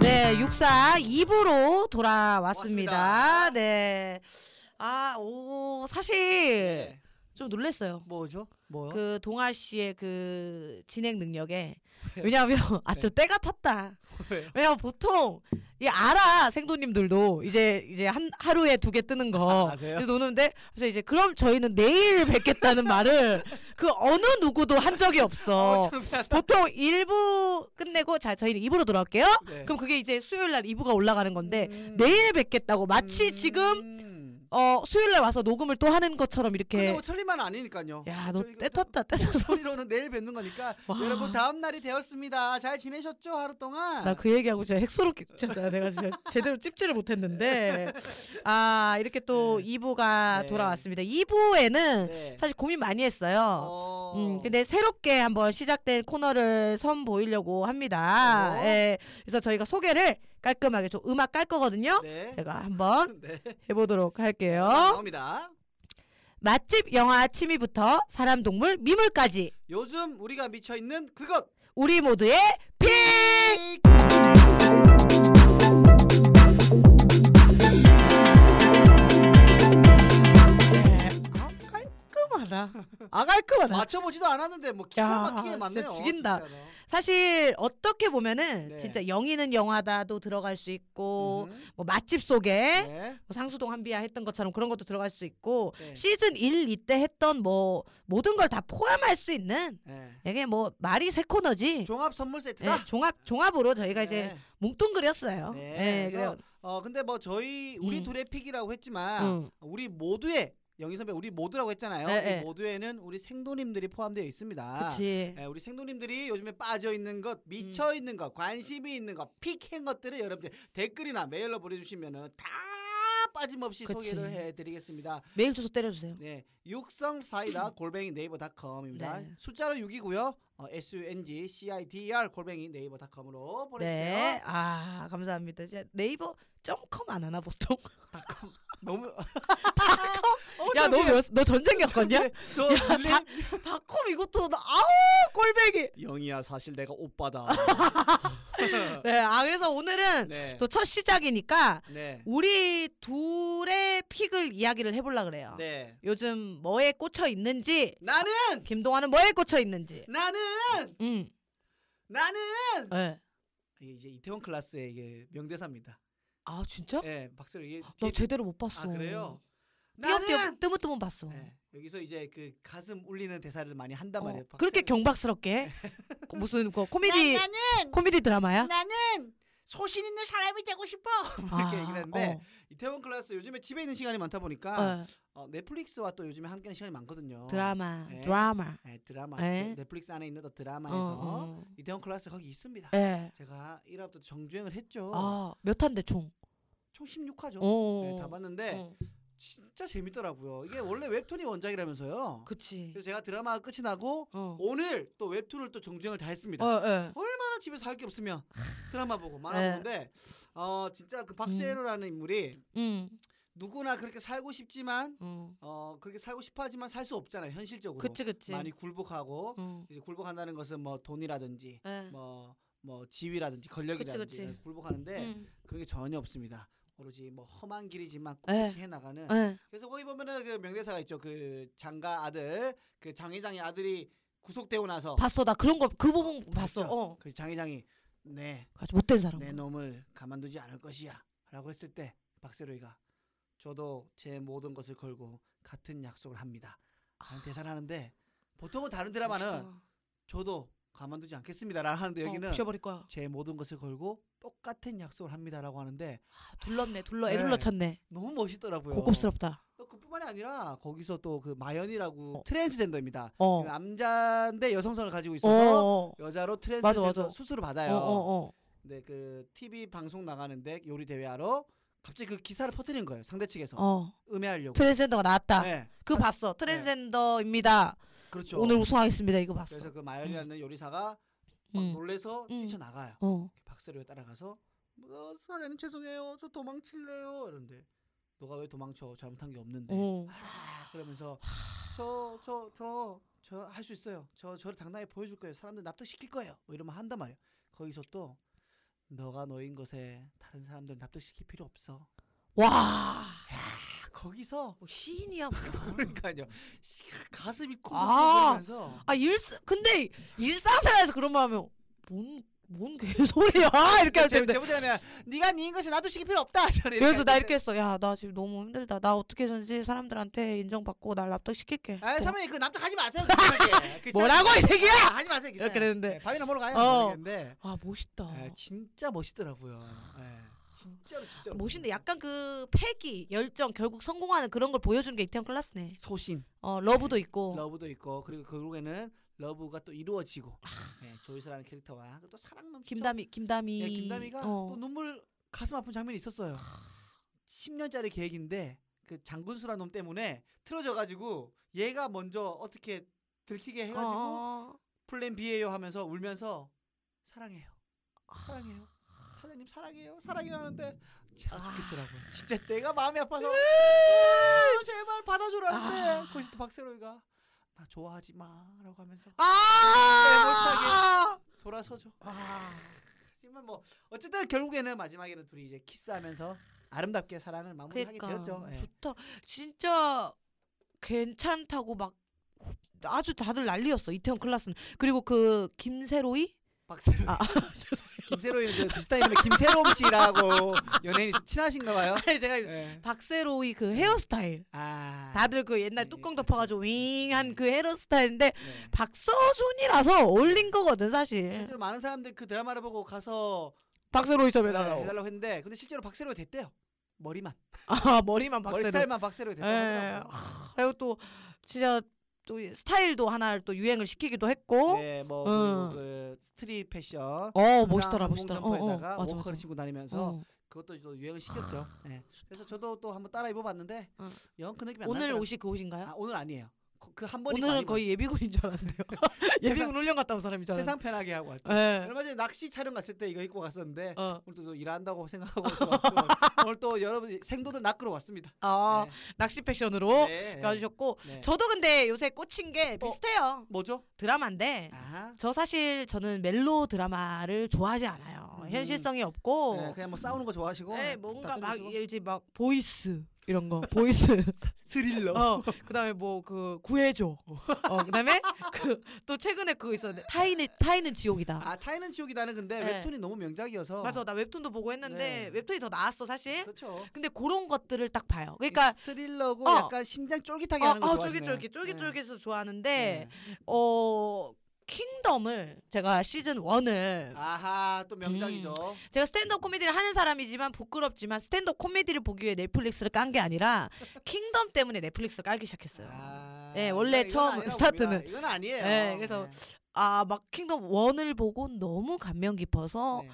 네, 돌아왔습니다. 왔습니다. 네. 아, 오, 사실 좀 놀랐어요. 뭐죠? 네. 뭐요? 그 동아 씨의 그 진행 능력에 왜냐하면 아 좀 때가 탔다. 네. 왜요? 왜냐면 보통 이 알아 생도님들도 이제 이제 한 하루에 두 개 뜨는 거 아, 아세요? 그래서 노는데 그래서 이제 그럼 저희는 내일 뵙겠다는 말을 그 어느 누구도 한 적이 없어. 창피하다. 보통 일부 끝내고 자 저희는 이부로 돌아올게요. 네. 그럼 그게 이제 수요일 날이부가 올라가는 건데 음. 내일 뵙겠다고 마치 음. 지금 어 수요일 날 와서 녹음을 또 하는 것처럼 근데 이렇게 뭐 틀린만 아니니까요. 야 너 저 이거 떼탔다 떼탔어. 소리로는 내일 뵙는 거니까 와. 여러분 다음 날이 되었습니다. 잘 지내셨죠 하루 동안? 나 그 얘기하고 진짜 핵소로 진짜 내가 진짜 제대로 찝지를 못했는데 아 이렇게 또 네. 2부가 네. 돌아왔습니다. 2부에는 네. 사실 고민 많이 했어요. 어. 음 근데 새롭게 한번 시작된 코너를 선보이려고 합니다. 어. 예. 그래서 저희가 소개를 깔끔하게 좀 음악 깔 거거든요. 네. 어? 어. 제가 어? 한번 네. 해보도록 할게요. 나옵니다. 맛집 영화 취미부터 사람 동물 미물까지 요즘 우리가 미쳐 있는 그것. 그 우리 모두의 픽. 네. 아 깔끔하다. 아 깔끔하다. 맞춰보지도 않았는데 뭐 야, 기가 막히게 맞네요. 진짜 죽인다. 진짜로. 사실 어떻게 보면은 네. 진짜 영희는 영화다도 들어갈 수 있고 음. 뭐 맛집 속에 네. 뭐 상수동 한비야 했던 것처럼 그런 것도 들어갈 수 있고 네. 시즌 1, 2때 했던 뭐 모든 걸 다 포함할 수 있는 네. 이게 뭐 말이 세 코너지. 종합 선물 세트다. 예, 종합 종합으로 저희가 이제 네. 뭉뚱그렸어요. 네, 예, 그래서 아, 그래요. 어 근데 뭐 저희 우리 음. 둘의 픽이라고 했지만 음. 우리 모두의 영희 선배 우리 모두라고 했잖아요. 네, 이 네. 모두에는 우리 생도님들이 포함되어 있습니다. 그치. 예, 우리 생도님들이 요즘에 빠져 있는 것, 미쳐 있는 것, 관심이 있는 것, 픽한 것들을 여러분들 댓글이나 메일로 보내주시면은 다 빠짐없이 그치. 소개를 해드리겠습니다. 메일 주소 때려주세요. 네, 육성 사이다 골뱅이 네이버닷컴입니다. 네. 숫자로 6이고요. 어, S U N G C I D E R 골뱅이 네이버닷컴으로 보내주세요. 네. 아 감사합니다. 진짜 네이버 점컴 안 하나 보통. 어, 너무 야 너너 전쟁 겪었냐? 저 밀림- 닷컴 이것도 나- 아우 꼴배기. 영희야 사실 내가 오빠다. 네. 아 그래서 오늘은 네. 또 첫 시작이니까 네. 우리 둘의 픽을 이야기를 해보려 그래요. 네. 요즘 뭐에 꽂혀 있는지 나는 김동완은 뭐에 꽂혀 있는지. 나는 음. 나는 네. 이게 이제 이태원 클라스의 이게 명대사입니다. 아 진짜? 예, 박수를 이게 나 뒤에- 제대로 못 봤어. 아 그래요. 띄엄띄엄 나는 뜨문뜨문 봤어. 예, 여기서 이제 그 가슴 울리는 대사를 많이 한단 어, 말이에요. 박수를- 그렇게 경박스럽게 그 무슨 그 코미디 나- 나는 코미디 드라마야? 나는 소신 있는 사람이 되고 싶어. 뭐 이렇게 아, 얘기를 했는데 이태원 클라스 요즘에 집에 있는 시간이 많다 어, 보니까 어, 어, 넷플릭스와 또 요즘에 함께하는 시간이 많거든요. 드라마 네. 드라마. 예, 드라마 네. 그 넷플릭스 안에 있는 또 어, 드라마에서 어. 이태원 클라스 거기 있습니다. 예. 제가 1화부터 정주행을 했죠. 아, 몇 탄데 총? 어. 총 16화죠. 어. 네, 다 봤는데 어, 진짜 재밌더라고요. 이게 원래 웹툰이 원작이라면서요. 그치. 그래서 제가 드라마가 끝이 나고 어. 오늘 또 웹툰을 또 정주행을 다 했습니다. 어, 예. 얼마나 집에서 할 게 없으면 드라마 보고 만화 네. 보는데 어 진짜 그 박세로라는 인물이 음. 누구나 그렇게 살고 싶지만 어. 어 그렇게 살고 싶어 하지만 살 수 없잖아요. 현실적으로. 그치 그치. 많이 굴복하고 어. 이제 굴복한다는 것은 뭐 돈이라든지 예. 뭐, 네. 뭐 지위라든지 권력이라든지 그치, 그치. 굴복하는데 음. 그런 게 전혀 없습니다. 오로지 뭐 험한 길이지만 네. 꿋꿋이 해나가는. 예. 그래서 거기 보면은 그 명대사가 있죠. 그 장가 아들, 그 장회장의 아들이 구속되고 나서 봤어 나 그런 거 그 부분 봤어. 그렇죠? 어. 그 장회장이 네, 아주 못된 사람. 내 놈을 가만두지 않을 것이야라고 했을 때 박세로이가 저도 제 모든 것을 걸고 같은 약속을 합니다. 아. 라는 대사를 하는데 보통은 다른 드라마는 저도 가만두지 않겠습니다라고 하는데 여기는 어, 부셔버릴 거야. 제 모든 것을 걸고 똑같은 약속을 합니다라고 하는데 아, 둘렀네 둘러 애 네. 둘러쳤네. 너무 멋있더라고요. 고급스럽다. 또 그뿐만이 아니라 거기서 또 그 마연이라고 어. 트랜스젠더입니다. 그 어. 남자인데 여성성을 가지고 어. 있어서 어. 여자로 맞아, 트랜스젠더 맞아. 수술을 어. 받아요. 어. 어. 근데 그 TV 방송 나가는데 요리 대회하러 갑자기 그 기사를 퍼뜨린 거예요. 상대 측에서 어. 음해하려고. 트랜스젠더가 나왔다. 네, 그거 봤어. 트랜스젠더입니다. 그렇죠. 오늘 우승하겠습니다. 이거 봤어. 그래서 그 마연이라는 요리사가 막 음. 놀래서 음. 뛰쳐 나가요. 어. 박세로에 따라가서 어, 사장님 죄송해요. 저 도망칠래요. 이러는데 너가 왜 도망쳐? 잘못한 게 없는데. 어. 그러면서 저 저 저 저 할 수 있어요. 저 저를 당당히 보여줄 거예요. 사람들 납득시킬 거예요. 뭐 이러면 한단 말이에요. 거기서 또 너가 너인 것에 다른 사람들은 납득시킬 필요 없어. 와, 아, 거기서 뭐 시인이야. 뭐야. 그러니까요. 씨, 가슴이 아. 콩콩거리면서 아 일스 근데 일상생활에서 그런 말 하면 뭔뭔 개소리야 아, 이렇게 할 텐데. 제보자면 네가 네인 것에 납득시킬 필요 없다. 저는 그래서 나 할 이렇게 했어. 야, 나 지금 너무 힘들다. 나 어떻게든지 사람들한테 인정받고 날 납득시킬게. 텐데. 아 사모님 그 납득하지 마세요. 그 사람한테. 그 뭐. 뭐라고 이 새끼야? 아, 하지 마세요. 그 이렇게 사람. 되는데. 네, 밥이나 먹으러 가요. 어. 모르겠는데. 아 멋있다. 예, 진짜 멋있더라고요. 예, 진짜로 진짜로. 멋있는데 약간 그 패기, 열정, 결국 성공하는 그런 걸 보여주는 게 이태원 클라스네. 소신, 어 러브도 있고. 러브도 있고 그리고 결국에는 러브가 또 이루어지고 예, 조이스라는 캐릭터와 또 사랑 넘치죠. 김다미, 김다미. 예, 김다미가 어. 또 눈물 가슴 아픈 장면이 있었어요. 10년짜리 계획인데 그 장군수라는 놈 때문에 틀어져가지고 얘가 먼저 어떻게 들키게 해가지고 어, 플랜 B예요 하면서 울면서 사랑해요. 아. 사랑해요. 사장님 사랑해요. 사랑해요 하는데 제가 아. 죽겠더라고요. 진짜 내가 마음이 아파서 아, 제발 받아줘라는데 아. 거기서 또 박세로이가 나 좋아하지 마라고 하면서 아. 네, 아. 돌아서죠. 아. 하지만 뭐 어쨌든 결국에는 마지막에는 둘이 이제 키스하면서 아름답게 사랑을 마무리하게 그러니까 되었죠. 예. 좋다. 진짜 괜찮다고 막 아주 다들 난리였어 이태원 클라스는. 그리고 그 김세로이 박세로이. 아. 김세로이는 그 비슷한 이름의 김세롬 씨라고 연예인이 친하신가 봐요. 아니 제가 예. 박세로이 그 헤어스타일. 아. 다들 그 옛날 네, 뚜껑 그렇죠. 덮어가지고 윙한 그 헤어스타일인데 네. 박서준이라서 어울린 거거든 사실. 실제로 많은 사람들 그 드라마를 보고 가서 박세로이처럼 네, 해달라고. 해달라고 했는데 근데 실제로 박세로가 됐대요. 머리만 아 머리만 머리 박세로. 스타일만 박세로가 됐다고 예. 하더라고요. 아, 그리고 또 진짜 또이 스타일도 하나를 또 유행을 시키기도 했고. 네, 뭐 어. 그, 그 스트릿 패션. 어 항상 멋있더라 멋있더라. 어, 어, 공점퍼에다가 맞아 워커를 맞아. 신고 다니면서 어. 그것도 또 유행을 시켰죠. 예. 그래서 저도 또 한번 따라 입어봤는데 어. 영 그 느낌이 안 오늘 나더라고요. 옷이 그 옷인가요? 아, 오늘 아니에요. 그 한 번이 오늘은 거의 예비군인 줄 알았는데요. 예비군 훈련 갔다 온 사람인 줄 알았는데. 세상 편하게 하고 왔죠. 예. 얼마 전에 낚시 촬영 갔을 때 이거 입고 갔었는데 어. 오늘 또 일한다고 생각하고 또 왔고 오늘 또 여러분 생도들 낚으러 왔습니다. 아 네. 낚시 패션으로 네, 네. 가주셨고 네. 저도 근데 요새 꽂힌 게 비슷해요. 뭐죠? 드라마인데 아, 저 사실 저는 멜로 드라마를 좋아하지 않아요. 음. 현실성이 없고 네, 그냥 뭐 싸우는 거 좋아하시고 네, 다 어. 뭔가 막 던져주고. 예를 들지 막 보이스 이런 거 보이스 스릴러 어 그다음에 뭐 그 구해줘 어 그다음에 그 또 최근에 그거 있었는데 타인의 타인은 지옥이다 아 타이는 지옥이다는 근데 네. 웹툰이 너무 명작이어서 맞아 나 웹툰도 보고 했는데 네. 웹툰이 더 나았어 사실 그렇죠 근데 그런 것들을 딱 봐요 그러니까 이 스릴러고 어. 약간 심장 쫄깃하게 어, 하는 거 어, 좋아하시네요 쫄깃쫄깃 네. 쫄깃쫄깃해서 좋아하는데 어 킹덤을 제가 시즌 1을 네. 아하 음. 또 명작이죠 제가 스탠드업 코미디를 하는 사람이지만 부끄럽지만 스탠드업 코미디를 보기 위해 넷플릭스를 깐 게 아니라 킹덤 때문에 넷플릭스를 깔기 시작했어요. 아, 네, 원래 이건 처음 아니라고 스타트는. 봅니다. 이건 아니에요 네, 그래서 아 막 킹덤 1을 보고 너무 감명 깊어서 네.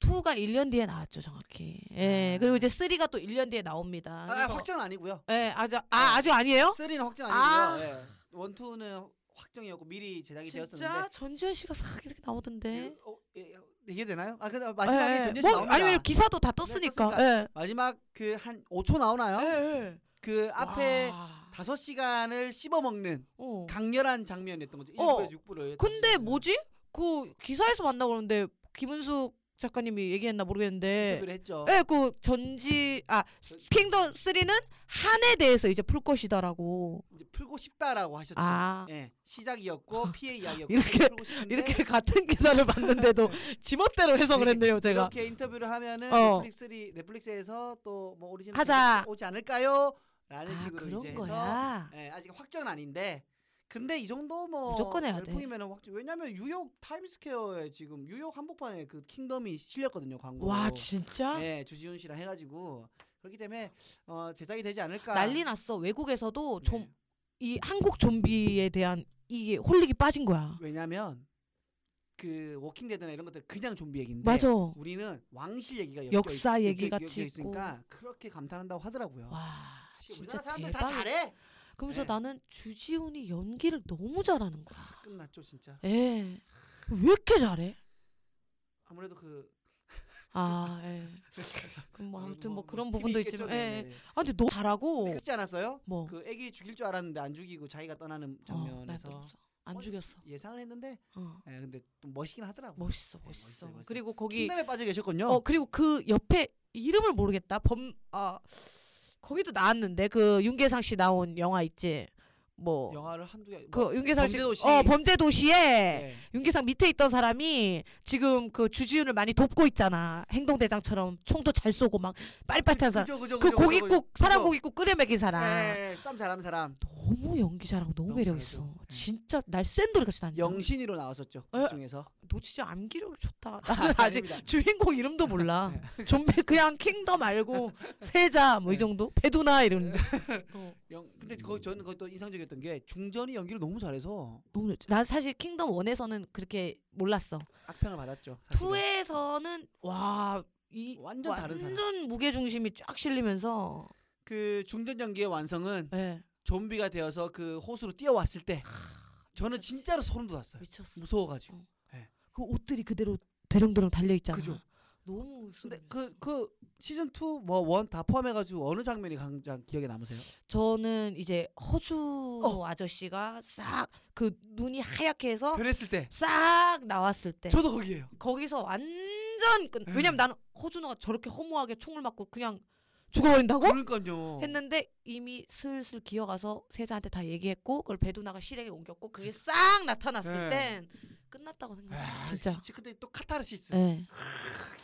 2가 1년 뒤에 나왔죠, 정확히. 예. 아. 그리고 이제 3가 또 1년 뒤에 나옵니다. 아, 그래서- 확정은 네. 아니고요 예, 아주 아 아직 아니에요? 쓰리는 확정 아. 아니고요 예. 원투는 확정이었고 미리 제작이 진짜 되었었는데 전지현 씨가 싹 이렇게 나오던데. 어, 예, 이해되나요? 아 근데 마지막에 예, 전진 씨 뭐, 나옵니다 네, 아니 왜냐면 기사도 다 떴으니까. 떴으니까. 예. 마지막 그 한 5초 나오나요? 예, 예. 그 앞에 와. 다섯 시간을 씹어먹는 어. 강렬한 장면이었던 거죠. 어. 1부에서 6부를. 근데 뭐지? 그 기사에서 만나 그러는데 김은숙 작가님이 얘기했나 모르겠는데 인터뷰를 했죠. 예, 그 전지 아 킹덤 3는 한에 대해서 이제 풀 것이다라고. 이제 풀고 싶다라고 하셨죠. 아. 예. 시작이었고 피해 이야기였고 이렇게- 풀고 싶은데 이렇게 같은 기사를 봤는데도 지멋대로 해석을 했네요, 제가. 이렇게 인터뷰를 하면은 어. 넷플릭스 넷플릭스에서 또 뭐 오리지널 하자. 제작 오지 않을까요? 라는 아, 식으로 이제 그런 해서 거야. 예, 아직 확정은 아닌데 근데 이 정도 뭐 무조건 해야 돼. 열풍이면은 확정. 왜냐면 뉴욕 타임스퀘어에 지금 뉴욕 한복판에 그 킹덤이 실렸거든요, 광고. 와, 진짜? 뭐 네, 주지훈 씨랑 해가지고 그렇기 때문에 어, 제작이 되지 않을까. 난리 났어. 외국에서도 네. 좀 이 한국 좀비에 대한 이게 홀릭이 빠진 거야. 왜냐면 그 워킹 데드나 이런 것들 그냥 좀비 얘기인데 맞아. 우리는 왕실 얘기가 역사 얘기 가 같이 있으니까 그렇게 감탄한다고 하더라고요. 와, 진짜 아, 우리나라 사람들 대박. 다 잘해. 그러면서 네. 아. 나는 주지훈이 연기를 너무 잘하는 거야. 끝났죠 진짜. 예. 왜 이렇게 잘해? 아무래도 그 어, 아, 예. 그럼 뭐 아무튼 뭐 그런 힘이 부분도 있겠죠. 있지만, 예. 네네네. 아, 근데 너무 잘하고 그렇지 않았어요? 뭐. 그 애기 죽일 줄 알았는데 안 죽이고 자기가 떠나는 어, 나 장면에서 너무 무서워. 안 어, 죽였어. 예상을 했는데 어. 예, 근데 또 멋있긴 하더라고. 요 멋있어, 네, 멋있어. 멋있어요, 멋있어요. 그리고 뭐 거기 킹덤에 빠져 계셨군요. 어 그리고 그 옆에 이름을 모르겠다. 범아 거기도 나왔는데 그 윤계상 씨 나온 영화 있지. 뭐 그 영화를 한두 개. 윤계상 씨 범죄도시. 어 범죄 도시에 예. 윤계상 밑에 있던 사람이 지금 그 주지훈을 많이 돕고 있잖아. 행동 대장처럼 총도 잘 쏘고 막 빠릿빠릿한 사람. 그죠, 그죠, 그 그죠, 그죠, 고깃국 사람 그죠. 고깃국 끓여 먹인 사람. 예, 예, 쌈 잘하는 사람. 너무 연기 잘하고 너무 너무 매력 잘하죠. 있어. 예. 진짜 날 샌돌이 같이 다닌다. 영신이로 나왔었죠. 예. 그 중에서. 너 진짜 암기력이 좋다. 나는 아직 아닙니다. 주인공 이름도 몰라. 좀비 그냥 킹덤 알고 세자 뭐 이 네. 정도? 배두나 이런. 어, 영, 근데 거, 저는 그것도 인상적이었던 게 중전이 연기를 너무 잘해서 너무 좋지. 난 사실 킹덤 1에서는 그렇게 몰랐어. 악평을 받았죠. 사실은. 2에서는 와, 이 완전 다른 사람. 완전 무게 중심이 쫙 실리면서 그 중전 연기의 완성은 예. 좀비가 되어서 그 호수로 뛰어왔을 때 저는 진짜로 소름 돋았어요. 미쳤어. 무서워가지고. 그 옷들이 그대로 대롱대롱 달려 있잖아. 그죠. 너무 근데 소름. 그 그 시즌 2뭐원다 포함해가지고 어느 장면이 가장 기억에 남으세요? 저는 이제 허주 어. 아저씨가 싹 그 눈이 하얗게 해서 변했을 때. 싹 나왔을 때 저도 거기에요. 거기서 완전 끝. 왜냐면 나는 허준호가 저렇게 허무하게 총을 맞고 그냥 죽어버린다고 그러니까요. 뭐? 했는데 이미 슬슬 기어가서 세자한테 다 얘기했고 그걸 배두나가 실행에 옮겼고 그게 싹 나타났을 네. 땐 끝났다고 생각해. 아, 진짜. 진짜 근데 또 카타르시스. 예. 네.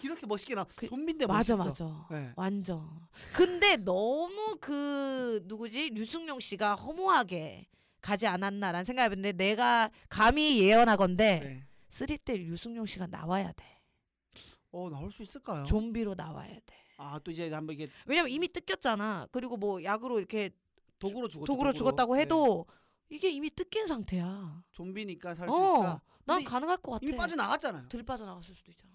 이렇게 멋있게 나. 그- 좀비인데 맞아 멋있어. 맞아. 네. 완전. 근데 너무 그 누구지 류승룡 씨가 허무하게 가지 않았나라는 생각이 드는데 내가 감히 예언하건데 네. 쓰리 때 류승룡 씨가 나와야 돼. 어 나올 수 있을까요? 좀비로 나와야 돼. 아 또 이제 한번 이게 왜냐면 이미 뜯겼잖아. 그리고 뭐 약으로 이렇게 도구로 죽었죠. 도구로 죽었다고 네. 해도 이게 이미 뜯긴 상태야. 좀비니까 살 수 어, 있다. 난 근데 가능할 것 같아. 이미 빠져나갔잖아요. 들 빠져나갔을 수도 있잖아.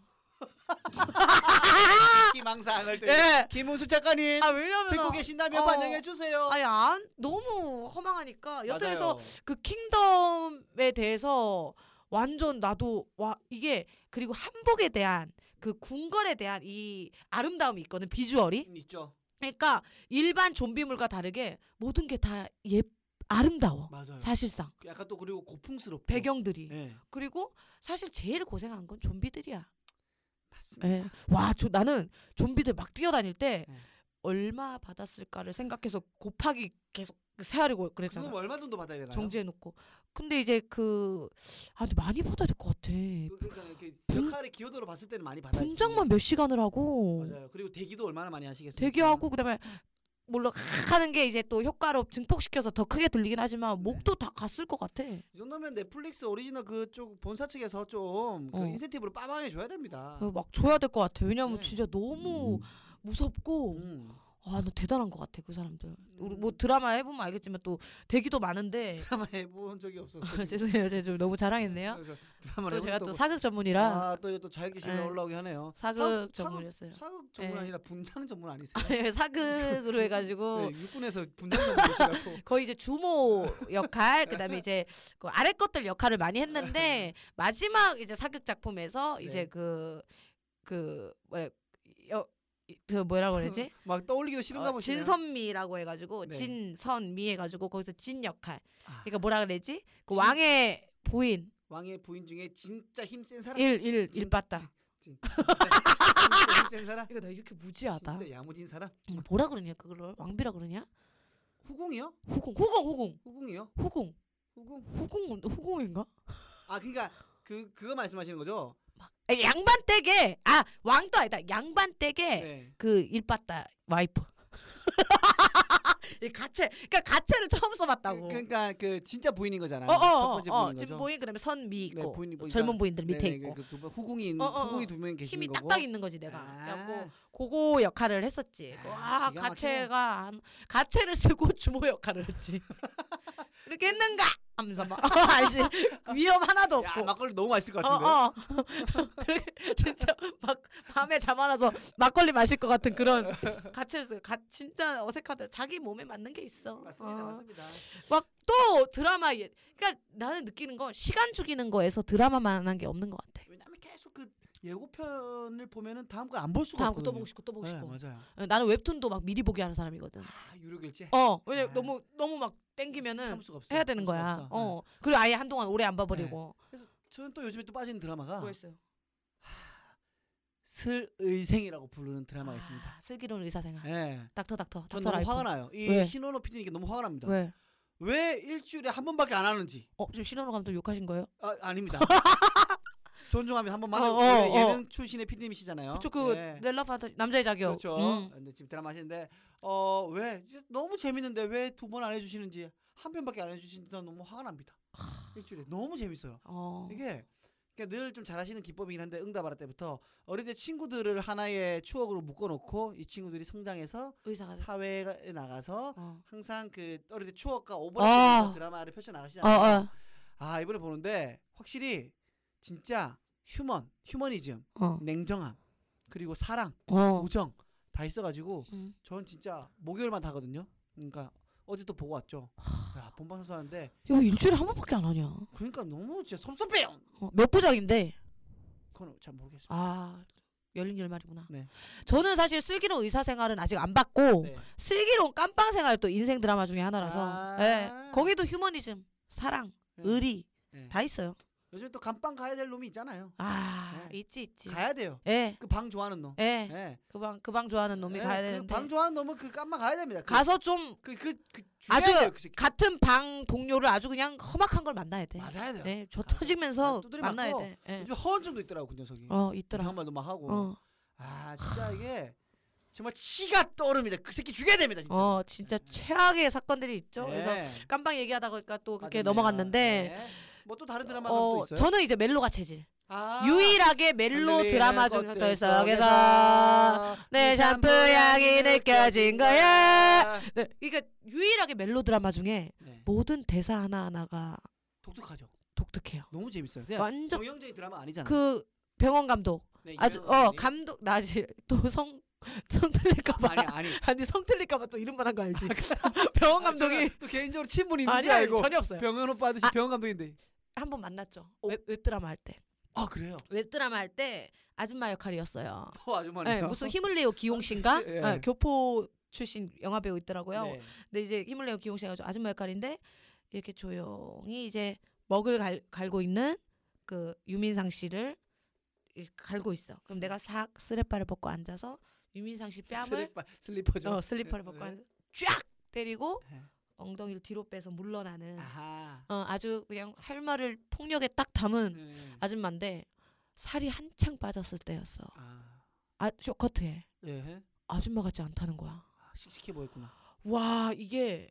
희망상을 들. 아! 예. 김은수 작가님 아 왜냐면 듣고 네. 계신다면 어. 반영해 주세요. 아니 안 너무 허망하니까. 여튼 그래서 맞아요. 그 킹덤에 대해서 완전 나도 와 이게 그리고 한복에 대한 그 궁궐에 대한 이 아름다움이 있거든 비주얼이 음, 있죠. 그러니까 일반 좀비물과 다르게 모든 게 다 예 아름다워 맞아요. 사실상 약간 또 그리고 고풍스럽고 배경들이 예. 그리고 사실 제일 고생한 건 좀비들이야 맞습니다. 예. 와저 나는 좀비들 막 뛰어다닐 때 예. 얼마 받았을까를 생각해서 곱하기 계속 세하려고 그랬잖아 그럼 뭐 얼마 정도 받아야 되나요? 네, 정지해 놓고 근데 이제 그 아, 근데 많이 받아야 될 것 같아 그- 그러니까 이렇게 분- 역할의 기여도로 봤을 때는 많이 받아야 분장만 몇 시간을 하고 맞아요. 그리고 대기도 얼마나 많이 하시겠어요? 대기하고 그다음에 물론 하는 게 이제 또 효과로 증폭시켜서 더 크게 들리긴 하지만 네. 목도 다 갔을 것 같아 이 정도면 넷플릭스 오리지널 그쪽 본사 측에서 좀그 어. 인센티브를 빠방해 줘야 됩니다. 그거 막 줘야 될 것 같아 왜냐면 네. 진짜 너무 무섭고 음. 아, 너 대단한 것 같아 그 사람들. 우리 뭐 드라마 해보면 알겠지만 또 대기도 많은데 드라마 해본 적이 없어서 아, 죄송해요, 제가 좀 너무 자랑했네요. 드라마를 또 제가 또 해본 적도 사극 없고. 전문이라 뭐 아, 또 이게 또 자격지심이 네. 올라오게 하네요. 사극 전문이었어요. 사극, 사극 전문 네. 아니라 분장 전문 아니세요? 사극으로 해가지고 네, 육군에서 분장 전문이시라고. 거의 이제 주모 역할, 그다음에 이제 그 아래 것들 역할을 많이 했는데 마지막 이제 사극 작품에서 이제 네. 그 그 뭐야 여, 그 뭐라고 그러지? 막 떠올리기도 싫은가 어, 보시네요. 진선미라고 해가지고 네. 진선미 해가지고 거기서 진 역할. 아, 그러니까 뭐라 그러지? 그 진- 왕의 부인 왕의 부인 중에 진짜 힘센 사람. 일일 진- 일봤다. 진짜 힘센 사람. 이거 나 이렇게 무지하다. 진짜 야무진 사람. 음, 뭐라 그러냐 그걸 왕비라 그러냐? 후궁이요? 후궁 후궁 후궁 후궁이요? 후궁 후궁? 후궁 후궁인가? 아 그러니까 그 그거 말씀하시는 거죠? 아, 양반 댁에 아 왕도 아니다 양반 댁에 네. 그 일봤다 와이프. 이 가채 그러니까 가채를 처음 써봤다고. 그, 그러니까 그 진짜 부인인 거잖아요. 첫 어어어 번째 어, 부인인 지금 거죠. 보인 그다음에 선미 있고 네, 부인이 보니까- 젊은 부인들 밑에 네네, 있고 그, 두 분, 후궁이 있는- 어, 어, 후궁이 어. 두 명 계시는 힘이 거고. 딱딱 있는 거지 내가. 아, 그래갖고 그거 역할을 했었지. 아, 와 기가 막히네. 가채가 한- 가채를 쓰고 주모 역할을 했지. 이렇게 했는가? 하면서 막 알지 위험 하나도 야, 없고. 막걸리 너무 맛있을 것 어, 같은데. 어. 그렇게 진짜 막 밤에 잠 안 와서 막걸리 마실 것 같은 그런 가치를 쓰고 가, 진짜 어색하더라. 자기 몸에 맞는 게 있어. 맞습니다, 맞습니다. 막 또 드라마 예- 그러니까 나는 느끼는 건 시간 죽이는 거에서 드라마만 한 게 없는 것 같아. 왜냐면 계속 그 예고편을 보면은 다음 거 안 볼 수가 다음 없거든요. 거또 보고 싶고 또 보고 싶고. 네, 맞아요. 나는 웹툰도 막 미리 보기 하는 사람이거든. 아, 유료 결제. 어, 왜냐 아. 면 너무 너무 막 땡기면은 참을 수가 없어. 해야 되는 참을 수가 거야. 없어. 어. 그리고 아예 한동안 오래 안 봐버리고. 네. 저는 또 요즘에 또 빠진 드라마가 뭐 했어요? 슬의생이라고 부르는 드라마가 있습니다. 아, 슬기로운 의사생활. 예. 닥터 닥터. 닥터 전 너무 라이프. 화가 나요. 이 왜? 신원호 PD님께 너무 화가 납니다. 왜? 왜? 일주일에 한 번밖에 안 하는지. 어, 지금 신현호 감독 욕하신 거예요? 아, 아닙니다. 존중하면 한 번만 어, 하고 어, 어. 예능 출신의 PD님이시잖아요. 그쵸 그 예. 렐라 파트 남자의 자격. 그렇죠. 음. 근데 지금 드라마 하시는데 어, 왜 진짜 너무 재밌는데 왜 두 번 안 해주시는지 한 편밖에 안 해주시는지 난 너무 화가 납니다. 일주일에 너무 재밌어요. 어. 이게 그러니까 늘 좀 잘하시는 기법이긴 한데 응답하라 때부터 어릴 때 친구들을 하나의 추억으로 묶어놓고 이 친구들이 성장해서 의사가. 사회에 나가서 어. 항상 그 어릴 때 추억과 오버랩되는 아. 드라마를 펼쳐 어, 나가시잖아요. 어, 아 이번에 보는데 확실히 진짜 휴먼, 휴머니즘, 어, 냉정함 그리고 사랑, 어. 우정 다 있어가지고 음. 전 진짜 목요일만 타거든요. 그러니까 어제 또 보고 왔죠. 야, 본방 선수하는데 이거 일주일에 한 번밖에 안 하냐? 그러니까 너무 진짜 섭섭해요. 어, 몇 부작인데? 그건 잘 모르겠어요. 아 열린 열말이구나. 네. 저는 사실 슬기로운 의사 생활은 아직 안 봤고 네. 슬기로운 깜빵 생활 또 인생 드라마 중에 하나라서 아. 예, 거기도 휴머니즘, 사랑, 네. 의리 네. 다 있어요. 요즘 또 감방 가야 될 놈이 있잖아요. 아 네. 있지 있지. 가야 돼요. 예, 그 방 좋아하는 놈. 예. 예. 그방 그방 좋아하는 놈이 예, 가야 그 되는데 방 좋아하는 놈은 그 깜마 가야 됩니다. 그, 가서 좀 그, 그, 그, 죽여야 아주 돼요, 그 새끼. 같은 방 동료를 아주 그냥 험악한 걸 만나야 돼. 맞아야 돼요. 예, 저 가서 터지면서 두드려 만나야 맞고 돼. 예. 요즘 허언증도 있더라고 그 녀석이. 어 이상한 있더라. 말도 막 하고. 어, 아 진짜 이게 정말 치가 떠오릅니다. 그 새끼 죽여야 됩니다 진짜. 어 진짜 네. 최악의 사건들이 있죠. 예. 그래서 깜빵 얘기하다 보니까 또 그렇게 맞았네요. 넘어갔는데 예. 뭐또 다른 드라마 가또 어, 있어요? 저는 이제 멜로가 체질 아, 유일하게 멜로 흔들리는 드라마 것들 중에 있어요 여기서 내 샴푸 향이 느껴진 거야. 네, 그러니까 유일하게 멜로 드라마 중에 네. 모든 대사 하나 하나가 독특하죠. 독특해요 너무 재밌어요. 그냥 완전 정형적인 드라마 아니잖아요. 그 병원 감독 네, 아주 유명한 어 분이. 감독 나지 또성 성틀릴까봐 아니 아니. 아니 성틀릴까봐 또 이름만 한 거 알지 병원 아, 저는 감독이 또 개인적으로 친분인지 아니 아니 알고 네. 전혀 없어요 병원 오빠 아저씨 아. 병원 감독인데. 한 번 만났죠 어. 웹, 웹드라마 할 때 아 그래요. 웹드라마 할 때 아줌마 역할이었어요 또 아주머니. 네, 무슨 힘을 내요 기용 씨인가? 예. 네. 네, 교포 출신 영화 배우 있더라고요. 근데 이제 힘을 내요 기용 씨가 아주 아줌마 역할인데 이렇게 조용히 이제 먹을 갈, 갈고 있는 그 유민상 씨를 이- 갈고 있어. 그럼 내가 싹 쓰레빠를 벗고 앉아서 유민상 씨 뺨을 슬리퍼, 슬리퍼죠. 어, 슬리퍼를 벗고 네. 앉아 쫙 때리고 네. 엉덩이를 뒤로 빼서 물러나는 아하. 어, 아주 그냥 할 말을 폭력에 딱 담은 네. 아줌마인데 살이 한창 빠졌을 때였어. 아. 아 쇼커트에. 예. 아줌마 같지 않다는 거야. 아, 씩씩해 보였구나. 와 이게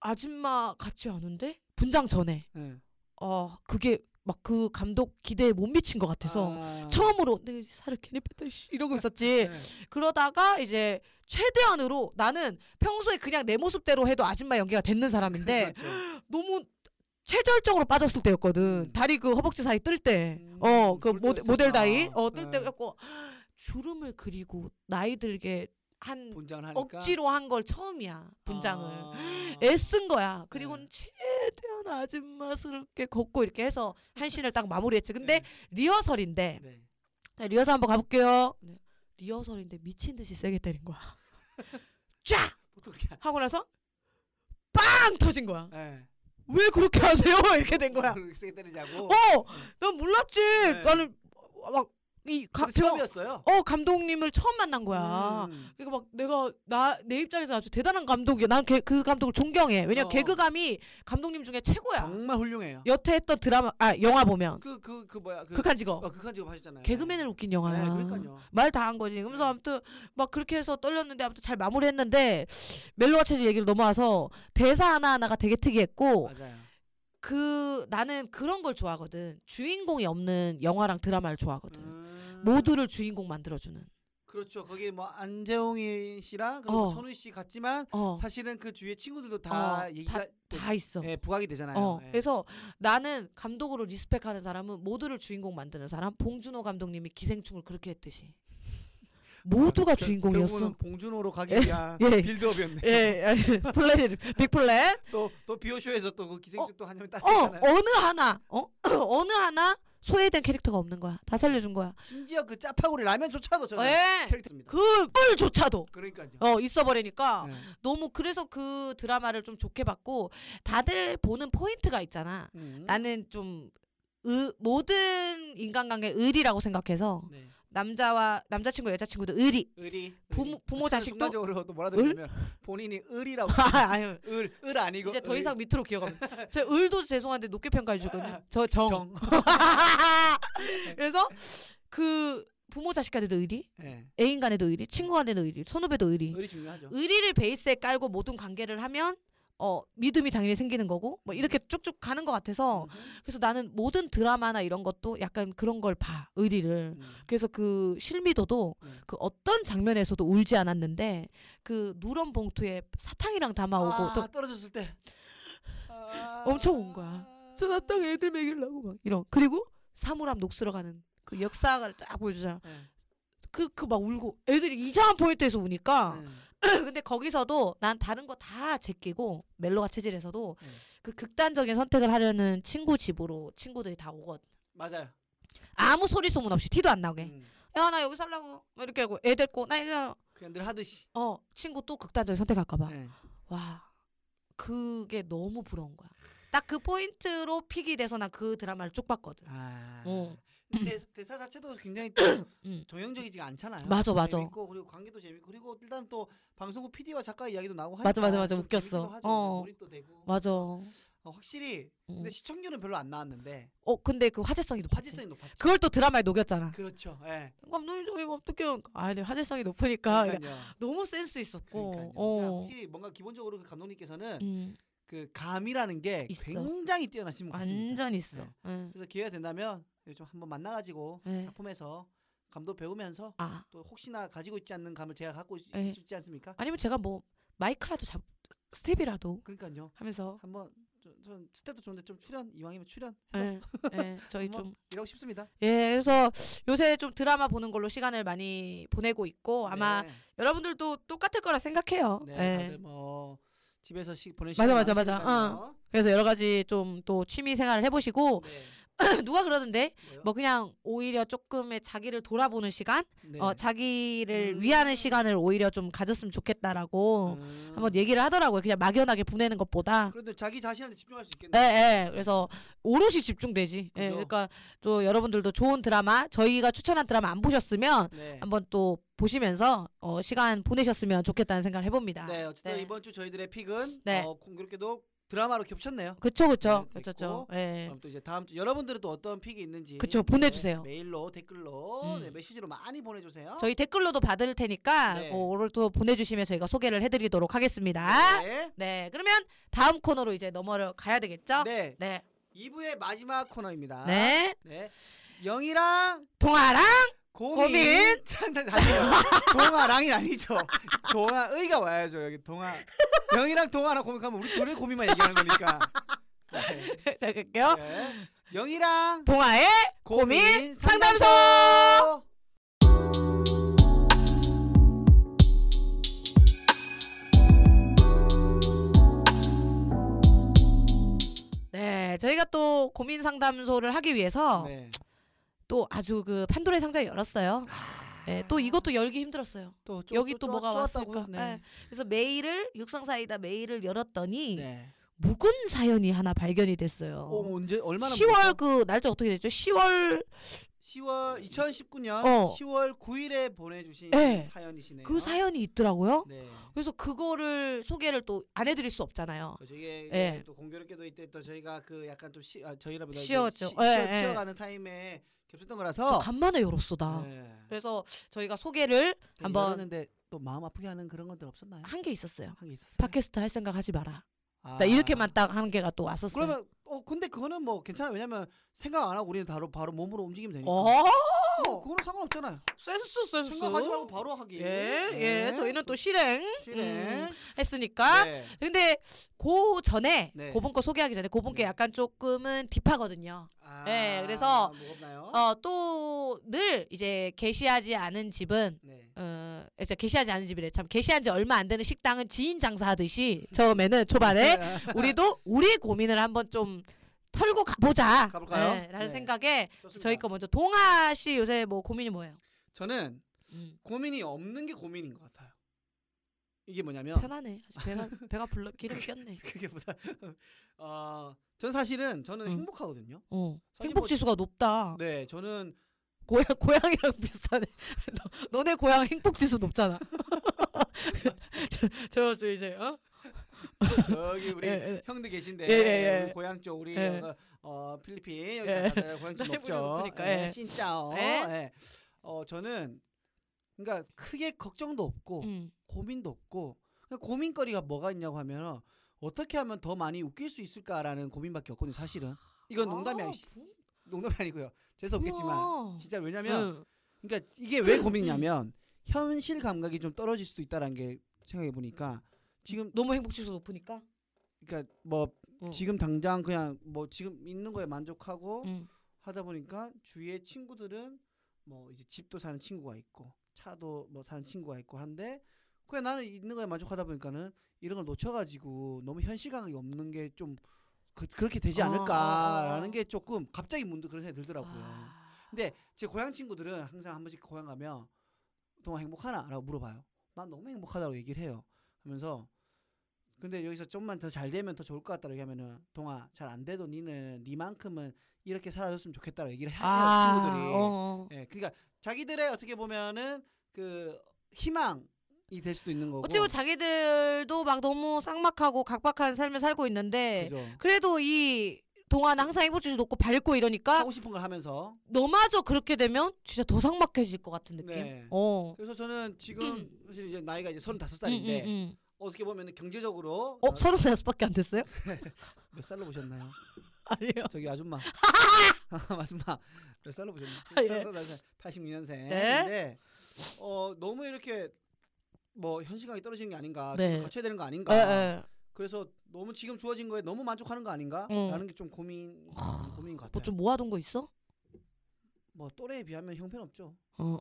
아줌마 같지 않은데 분장 전에 네. 어 그게 막 그 감독 기대에 못 미친 것 같아서 아. 처음으로 내 살을 괜히 뺐다 씨 이러고 있었지. 네. 그러다가 이제 최대한으로 나는 평소에 그냥 내 모습대로 해도 아줌마 연기가 됐는 사람인데 그렇죠. 너무 최절적으로 빠졌을 때였거든. 음. 다리 그 허벅지 사이 뜰 때, 음, 어 그 뜰 때였구나. 모델 다이, 어 뜰 네. 때였고 주름을 그리고 나이 들게 한 분장을 하니까 억지로 한 걸 처음이야 분장을 아. 애쓴 거야 그리고 네. 는 최대한 아줌마스럽게 걷고 이렇게 해서 한 신을 딱 마무리했지 근데 네. 리허설인데 네. 자, 리허설 한번 가볼게요 네. 리허설인데 미친 듯이 세게 때린 거야 쫙 보통 그렇게 하고 나서 빵 터진 거야 네. 왜 그렇게 하세요 이렇게 된 거야 그렇게 세게 때리자고. 어난 몰랐지 네. 나는 막이 근데 처음이었어요. 어 감독님을 처음 만난 거야 음. 그러니까 막 내가 나 내 입장에서 아주 대단한 감독이야. 난 그 감독을 존경해. 왜냐 어. 면 음. 개그감이 감독님 중에 최고야. 정말 훌륭해요. 여태 했던 드라마 아 영화 보면 그 그 그 뭐야? 그 극한 직업 어, 극한 지금 하셨잖아요. 개그맨을 웃긴 영화야. 어. 네, 그러니까요. 말 다 한 거지. 그러면서 아무튼 막 그렇게 해서 떨렸는데 아무튼 잘 마무리했는데 멜로와 체질 얘기를 넘어와서 대사 하나 하나가 되게 특이했고 맞아요. 그 나는 그런 걸 좋아하거든. 주인공이 없는 영화랑 드라마를 좋아하거든. 음. 모두를 주인공 만들어주는. 그렇죠. 거기 뭐 안재홍이 씨랑 그리고 어. 천우희 씨 같지만 어, 사실은 그 주위에 친구들도 다 어, 얘기가 다 있어. 예, 부각이 되잖아요. 어, 예. 그래서 나는 감독으로 리스펙하는 사람은 모두를 주인공 만드는 사람 봉준호 감독님이 기생충을 그렇게 했듯이 모두가 결- 주인공이었어. 아, 그, 결국은 봉준호로 가기 위한 예. 빌드업이었네. 예, 아니, 플랜 빅플랜. 또또 비오쇼에서 또 그 기생충 또 한 명이 딱 어, 있잖아요. 어느 하나, 어, 어느 하나 소외된 캐릭터가 없는 거야. 다 살려준 거야. 심지어 그 짜파구리 라면조차도 저는 예. 캐릭터입니다. 그 뿔조차도 그, 러니까요 어 있어버리니까 네. 너무 그래서 그 드라마를 좀 좋게 봤고 다들 보는 포인트가 있잖아. 음. 나는 좀 의- 모든 인간관계 의리라고 생각해서 네. 남자와 남자친구 여자친구도 의리. 의리 부모- 의리. 부모 저는 자식도? 순간적으로 또 뭐라 들으면 본인이 을이라고 아유 을, 을 아니고 이제 더 을, 이상 밑으로 기억합니다. 저 을도 죄송한데 높게 평가해 주거든요. 저 정. 정. 그래서 그 부모 자식 간에도 의리, 네. 애인 간에도 의리, 친구 간에도 의리, 선후배도 의리. 을이 중요하죠. 의리를 베이스에 깔고 모든 관계를 하면 어 믿음이 당연히 생기는 거고 뭐 이렇게 쭉쭉 가는 것 같아서 음. 그래서 나는 모든 드라마나 이런 것도 약간 그런 걸 봐 의리를 음. 그래서 그 실미도도 네. 그 어떤 장면에서도 울지 않았는데 그 누런 봉투에 사탕이랑 담아오고 아, 또 떨어졌을 때 아. 엄청 운 거야. 저나 땅 애들 먹이려고 막 이런 그리고 사물함 녹슬어 가는 그 역사를 쫙 보여주잖아 네. 그 그 막 울고 애들이 이상한 포인트에서 우니까 네. 그 근데 거기서도 난 다른 거 다 제끼고 멜로가 체질에서도 네. 그 극단적인 선택을 하려는 친구 집으로 친구들이 다 오거든 맞아요. 아무 소리 소문 없이 티도 안 나게 음. 야 나 여기 살라고 막 이렇게 하고 애 데리고 나 이거 그냥 늘 하듯이. 어 친구 또 극단적인 선택할까 봐 네. 와 그게 너무 부러운 거야 딱 그 포인트로 픽이 돼서 나 그 드라마를 쭉 봤거든 아. 어. 대, 대사 자체도 굉장히 또 음. 정형적이지가 않잖아요. 맞아, 맞아. 재밌고 그리고 관계도 재밌고 그리고 일단 또 방송국 PD와 작가 이야기도 나오고 하니까 맞아, 맞아, 맞아. 좀 웃겼어. 재밌기도 하죠. 어. 몰입도 되고. 맞아 어, 확실히 음. 근데 시청률은 별로 안 나왔는데 어 근데 그 화제성이 높았지. 화제성이 높았죠. 그걸 또 드라마에 녹였잖아. 그렇죠. 예. 감독님 저 이거 어떻게 아 근데 화제성이 높으니까 그냥 그러니까요. 너무 센스 있었고. 그러니까요. 그러니까 어. 확실히 뭔가 기본적으로 그 감독님께서는 음, 그 감이라는 게 있어. 굉장히 뛰어나신 분 같습니다. 완전 있어. 네. 응. 그래서 기회가 된다면 좀 한번 만나가지고 네. 작품에서 감독 배우면서 아 또 혹시나 가지고 있지 않는 감을 제가 갖고 있, 네. 있지 않습니까? 아니면 제가 뭐 마이크라도 잡 스텝이라도 그러니까요. 하면서 한번 저, 전 스텝도 좋은데 좀 출연 이왕이면 출연 예, 예, 저희 한번 좀 이러고 싶습니다. 예, 그래서 요새 좀 드라마 보는 걸로 시간을 많이 보내고 있고 어, 아마 네, 여러분들도 똑같을 거라 생각해요. 네, 예. 다들 뭐 집에서 시, 보는 맞아, 맞아, 시간 맞아. 어. 그래서 여러 가지 좀 또 취미 생활을 해보시고 네, 누가 그러던데 뭐 그냥 오히려 조금의 자기를 돌아보는 시간, 네. 어, 자기를 음. 위하는 시간을 오히려 좀 가졌으면 좋겠다라고 뭐 한번 예. 얘기를 하더라고요. 그냥 막연하게 보내는 것보다. 그래도 자기 자신한테 집중할 수 예, 있겠네. 예. 그래서 오롯이 집중되지. 예, 그죠. 그러니까 또 여러분들도 좋은 드라마, 저희가 추천한 드라마 안 보셨으면 네. 한번 또 보시면서 어, 시간 보내셨으면 좋겠다는 생각을 해봅니다. 네, 어쨌든 네. 이번 주 저희들의 픽은 네. 어, 공교롭게도 드라마로 겹쳤네요. 그쵸, 그쵸, 네, 그쵸, 됐고. 그쵸. 예. 그럼 또 이제 다음 주 여러분들은 또 어떤 픽이 있는지 그쵸, 네, 보내주세요. 메일로 댓글로 음. 네, 메시지로 많이 보내주세요. 저희 댓글로도 받을 테니까 네. 어, 오늘 또 보내주시면 저희가 소개를 해드리도록 하겠습니다. 네. 네, 그러면 다음 코너로 이제 넘어를 가야 되겠죠? 네. 네. 2부의 마지막 코너입니다. 네. 네. 영이랑 동아랑 고민. 고민. 아니요. 동아랑이 아니죠. 동아의가 와야죠. 여기 동아. 영이랑 동아랑 고민하면 우리 둘의 고민만 얘기하는 거니까. 네. 시작할게요. 네. 영이랑 동아의 고민, 고민 상담소. 네, 저희가 또 고민 상담소를 하기 위해서 네. 또 아주 그 판도라의 상자를 열었어요. 아. 네, 또 이것도 열기 힘들었어요. 또 여기 또 뭐가 왔을까? 아. 왔을까? 네. 그래서 메일을 육성사이다 메일을 열었더니 네. 묵은 사연이 하나 발견이 됐어요. 어, 언제 얼마나 10월 그 날짜 어떻게 됐죠? 10월 10월 2019년 어. 10월 9일에 보내주신 네. 사연이시네요. 그 사연이 있더라고요. 네. 그래서 그거를 소개를 또 안 해드릴 수 없잖아요. 그래서 이게 예. 또 공교롭게도 이때 또 저희가 그 약간 좀 시, 아, 저희라보다 이제 쉬었죠. 시, 예, 쉬어, 예. 쉬어가는 타임에 겹쳤던 저 거라서 간만에 열었어 나. 네. 그래서 저희가 소개를 한번 했는데 또 마음 아프게 하는 그런 것들 없었나요? 한 게 있었어요. 한 게 있었어요. 팟캐스트 할 생각 하지 마라. 네. 아. 나 이렇게만 딱 한 개가 또 왔었어요. 그러면 어 근데 그거는 뭐 괜찮아 왜냐면 생각 안 하고 우리는 바로 바로 몸으로 움직이면 되니까. 어 뭐 그거는 상관없잖아요. 센스 센스. 생각하지 말고 바로 하기. 예, 예. 저희는 또 실행 실행. 음, 했으니까. 네. 근데 그 전에 네. 고분 거 소개하기 전에 고분 게 네. 약간 조금은 딥하거든요. 아, 예, 그래서 무겁나요? 어 또 늘 이제 게시하지 않은 집은 네. 어, 진짜 게시하지 않은 집이래. 참 게시한 지 얼마 안 되는 네. 식당은 지인 장사하듯이 처음에는 초반에 우리도 우리 고민을 한번 좀 털고 가보자. 가볼까요? 네, 라는 네. 생각에 좋습니다. 저희 거 먼저 동아 씨 요새 뭐 고민이 뭐예요? 저는 음. 고민이 없는 게 고민인 것 같아요. 이게 뭐냐면 편하네. 아주 배가 배가 불러 기름 꼈네. 그게 보다 어전 사실은 저는 음. 행복하거든요. 어. 사실 행복 뭐- 지수가 높다. 네, 저는 고향 고향이랑 비슷하네. 너- 너네 고향 행복 지수 높잖아. 저저 저 이제 어? 여기 우리 예, 예. 형들 계신데 예, 예, 예. 우리 고향 쪽 우리 예. 어, 어, 필리핀 여기 예. 다들 고향 쪽 나이 높죠. 부르니까, 예, 예. 신짜오. 예. 예. 어 저는 그러니까 크게 걱정도 없고 음. 고민도 없고 그냥 고민거리가 뭐가 있냐고 하면 어떻게 하면 더 많이 웃길 수 있을까라는 고민밖에 없거든요. 사실은 이건 농담이 아니 농담이 아니고요. 재수 없겠지만 진짜 왜냐면 어. 응. 그러니까 이게 왜 고민이냐면 현실 감각이 좀 떨어질 수도 있다라는 게 생각해 보니까 지금 너무 행복 지수 높으니까. 그러니까 뭐 어. 지금 당장 그냥 뭐 지금 있는 거에 만족하고 음. 하다 보니까 주위에 친구들은 뭐 이제 집도 사는 친구가 있고 차도 뭐 사는 친구가 있고 한데 그냥 나는 있는 거에 만족하다 보니까는 이런 걸 놓쳐가지고 너무 현실 감각이 없는 게 좀 그, 그렇게 되지 아, 않을까라는 아, 아. 게 조금 갑자기 문득 그런 생각이 들더라고요. 아. 근데 제 고향 친구들은 항상 한 번씩 고향 가면 동아 행복하나라고 물어봐요. 난 너무 행복하다고 얘기를 해요. 하면서 근데 여기서 좀만 더 잘 되면 더 좋을 것 같다고 얘기하면은 동아 잘 안 돼도 니는 니만큼은 이렇게 살아줬으면 좋겠다라고 얘기를 해요 친구들이. 어. 예, 그러니까 자기들의 어떻게 보면은 그 희망이 될 수도 있는 거고. 어찌 보면 자기들도 막 너무 쌍막하고 각박한 삶을 살고 있는데 그죠. 그래도이 동안은 항상 행복 지수 높고 밝고 이러니까 하고 싶은 걸 하면서. 너마저 그렇게 되면 진짜 더 삭막해질 것 같은 느낌. 네. 어. 그래서 저는 지금 사실 이제 나이가 이제 35살인데 음, 음, 어떻게 보면은 음. 경제적으로 어, 나- 서른 살밖에 안 됐어요? 몇 살로 보셨나요? 아니요. 저기 아줌마. 아줌마. 그 몇 살로 보셨나? 아, 예. 86년생. 예? 근데 어 너무 이렇게 뭐 현실감이 떨어지는 게 아닌가? 네. 좀 갖춰야 되는 거 아닌가? 예, 예. 그래서 너무 지금 주어진 거에 너무 만족하는 거 아닌가? 음. 라는 게 좀 고민 고민인 것 같아요. 뭐, 뭐 좀 모아둔 거 있어? 또래에 비하면 형편없죠. 어.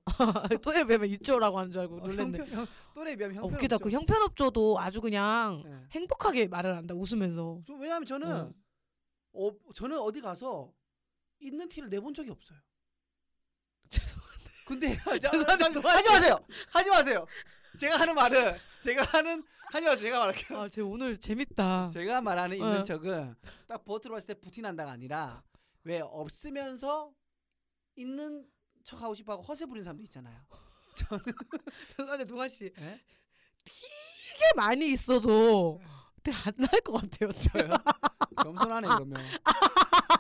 또해 뵈면 있죠라고 하는 줄 알고 어, 놀랐네. 형편, 형, 또래에 비하면 어, 형편없죠. 웃기다. 그 형편없죠도 아주 그냥 예. 행복하게 말을 한다. 웃으면서. 저- 왜냐하면 저는 음. 어, 저는 어디 가서 있는 티를 내본 적이 없어요. 근데 죄송한데 하지 도와주- 마세요. 하지 마세요. 제가 하는 말은 제가 하는 하지 마세요. 제가 말할게요. 아, 쟤 오늘 재밌다. 제가 말하는 있는 어. 척은 딱 버트로 봤을 때 부티 난다가 아니라 왜 없으면서 있는 척 하고 싶어하고 허세 부리는 사람도 있잖아요. 죄송한데 동아 씨 예? 되게 많이 있어도 되게 안날 것 같아요. 저요? 겸손하네 그러면.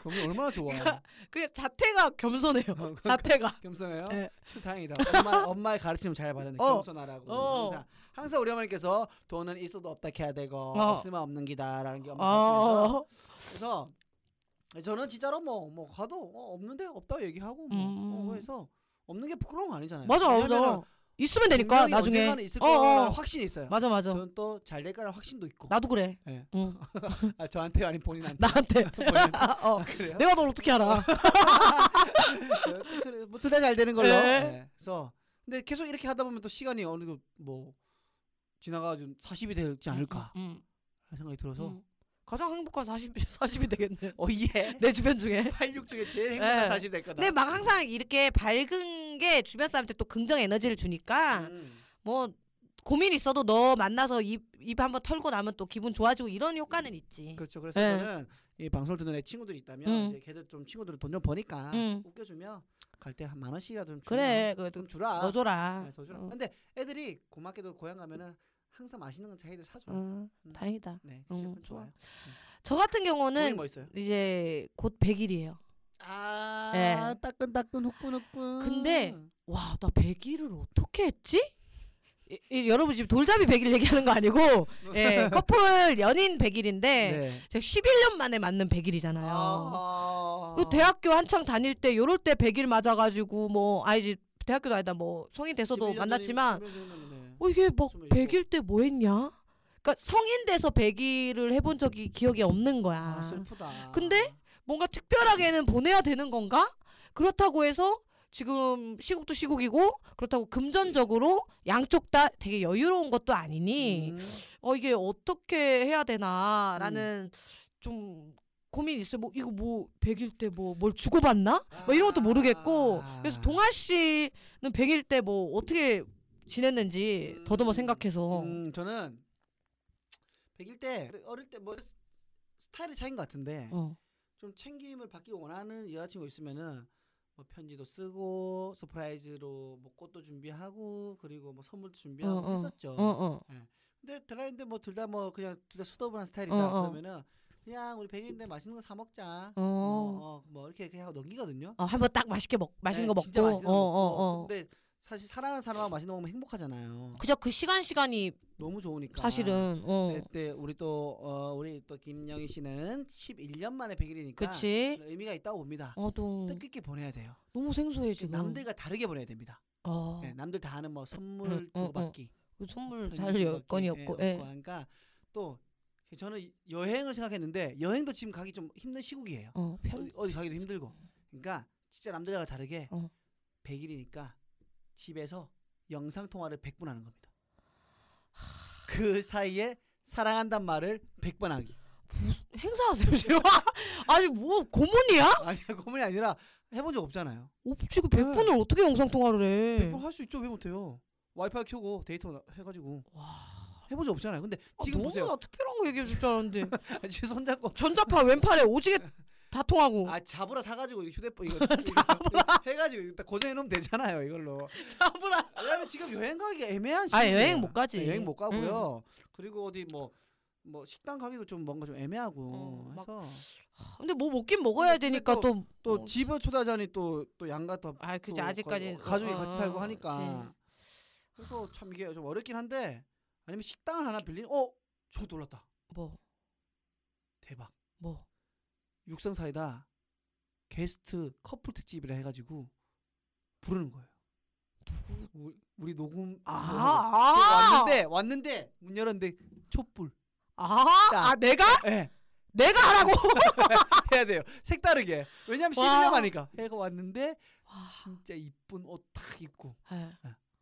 겸손 얼마나 좋아. 그냥 자태가 겸손해요. 어, 그- 자태가. 겸손해요? 예. 다행이다. 엄마, 엄마의 가르침을 잘 받았네. 어. 겸손하라고. 어. 항상, 항상 우리 어머니께서 돈은 있어도 없다 캐야 되고 어. 없으면 없는 기다라는 아, 게 엄마 가르침에서 어. 그래서 저는 진짜로 뭐 뭐 가도 어, 없는데 없다고 얘기하고 뭐 음. 어, 그래서 없는 게 부끄러운 거 아니잖아요. 맞아, 왜냐면은 맞아. 있으면 되니까 분명히 나중에. 언젠가는 있을 어, 거라는 어. 확신이 있어요. 맞아, 맞아. 저는 또 잘 될 거라는 확신도 있고. 나도 그래. 예. 응. 아, 저한테 아닌 본인한테. 네. 나한테. 본인한테. 어. 아, 그래요? 내가 널 어떻게 알아? 그래, 뭐 두달 잘 되는 걸로. 예. 예. 그래서 근데 계속 이렇게 하다 보면 또 시간이 어느 정도 뭐 지나가 좀 40이 되지 않을까 응, 하는 생각이 들어서 응. 음. 가장 행복한 40, 40이 되겠네. 어 예. 내 주변 중에. 86 중에 제일 예. 행복한 40될 거다. 근데 막 항상 이렇게 밝은 게 주변 사람한테 또 긍정 에너지를 주니까 음. 뭐 고민 있어도 너 만나서 입, 입 한번 털고 나면 또 기분 좋아지고 이런 효과는 있지. 그렇죠. 그래서 예. 저는 이 방송을 듣는 애 친구들이 있다면 음. 이제 걔들 좀 친구들은 돈 좀 버니까 음. 웃겨주면 갈 때 한 만 원씩이라도 좀 주면 그래. 그래도 좀 주라. 더 줘라. 예, 더 주라. 어. 근데 애들이 고맙게도 고향 가면은 항상 맛있는 건 자기들 사줘. 어, 다행이다. 네, 음, 시작은 좋아. 좋아요. 저 같은 오늘 경우는 뭐 있어요? 이제 곧 100일이에요. 아, 예. 따끈따끈 후끈후끈. 근데 와, 나 100일을 어떻게 했지? 이, 이, 여러분 지금 돌잡이 100일 얘기하는 거 아니고 예, 커플 연인 100일인데 네. 제가 11년 만에 맞는 100일이잖아요. 그 아. 대학교 한창 다닐 때 요럴 때 100일 맞아가지고 뭐 아니지 대학교도 아니다 뭐 성인 돼서도 11년 만났지만 전이- 11년 전이네. 어 이게 막 27. 100일 때 뭐 했냐? 그러니까 성인 돼서 100일을 해본 적이 기억이 없는 거야. 아, 슬프다. 근데 뭔가 특별하게는 보내야 되는 건가? 그렇다고 해서 지금 시국도 시국이고 그렇다고 금전적으로 양쪽 다 되게 여유로운 것도 아니니 음. 어 이게 어떻게 해야 되나라는 좀 고민 있어요. 뭐 이거 뭐 백일 때 뭐 뭘 주고받나? 뭐 이런 것도 모르겠고 아. 그래서 동아 씨는 백일 때 뭐 어떻게 지냈는지 음. 더듬어 생각해서 음, 저는 100일 때 어릴 때 뭐 스타일의 차이인 것 같은데 어. 좀 챙김을 받기 원하는 여자친구 있으면은 뭐 편지도 쓰고 서프라이즈로 뭐 꽃도 준비하고 그리고 뭐 선물도 준비하고 어, 어. 했었죠. 어, 어. 근데 드라인데 뭐 둘 다 뭐 그냥 둘 다 수더분한 스타일이다 어, 어. 그러면은 그냥 우리 100일인데 맛있는 거 사 먹자. 어. 뭐, 어, 뭐 이렇게 그냥 하고 넘기거든요. 어, 한번 딱 맛있게 먹 맛있는 거 네, 진짜 먹고 맛있는 거 먹고. 네. 어어 어. 근데 사실 사랑하는 사람하고 맛있는 거 먹으면 행복하잖아요. 그저 그 시간 시간이 너무 좋으니까. 사실은 어. 그때 우리 또 어, 우리 또 김영희 씨는 11년 만에 100일이니까 그치? 의미가 있다고 봅니다. 어, 또 뜻깊게 보내야 돼요. 너무 생소해 지금. 남들과 다르게 보내야 됩니다. 어. 네, 남들 다 아는 뭐 응, 선물 응, 응. 주고받기, 그 선물 편지 잘 주고받기, 여건이 예, 없고. 예. 하니까 또 저는 여행을 생각했는데 여행도 지금 가기 좀 힘든 시국이에요. 어. 편... 어디, 어디 가기도 힘들고. 그러니까 진짜 남들과 다르게 어. 100일이니까 집에서 영상 통화를 100분 하는 겁니다. 그 사이에 사랑한단 말을 100번 하기. 무슨 행사하세요, 제가? 아니 뭐 고문이야? 아니야 고문이 아니라 해본 적 없잖아요. 오, 지금 네. 100분을 어떻게 영상 통화를 해? 100번 할 수 있죠 왜 못해요? 와이파이 켜고 데이터 나- 해가지고 와. 해본 적 없잖아요. 근데 어. 아, 지금 너무나 보세요. 특별한 거 얘기해 줄 줄 알았는데 지금 손잡고 전자파 왼팔에 오지게 다 통하고 아 잡으라 사가지고 이 휴대폰 이거 잡으라 해가지고 일단 고정해 놓으면 되잖아요 이걸로. 잡으라 왜냐면 지금 여행 가기가 애매한 시. 아, 여행 못 가지. 음. 여행 못 가고요. 그리고 어디 뭐. 뭐 식당 가기도 좀 뭔가 좀 애매하고 어, 막- 해서 근데 뭐 먹긴 먹어야 근데 되니까 또- 또 또 어. 집에 초대하자니 또 또 양가 더 아, 그치 또뭐 아직까지 가- 가족이 어, 같이 어, 살고 그치. 하니까 그래서 참 이게 좀 어렵긴 한데 아니면 식당을 하나 빌리는 어 저거 놀랐다 뭐 대박 뭐. 육성 사이다 게스트 커플 특집이라 해가지고 부르는 거예요 우리, 우리 녹음 뭐. 아, 아, 왔는데 왔는데 문 열었는데 촛불 아, 아, 내가 예 내가 하라고. 해야 돼요 색다르게 왜냐면 와. 아. 시즌 하니까 해가 왔는데 진짜 이쁜 옷 딱 입고 예.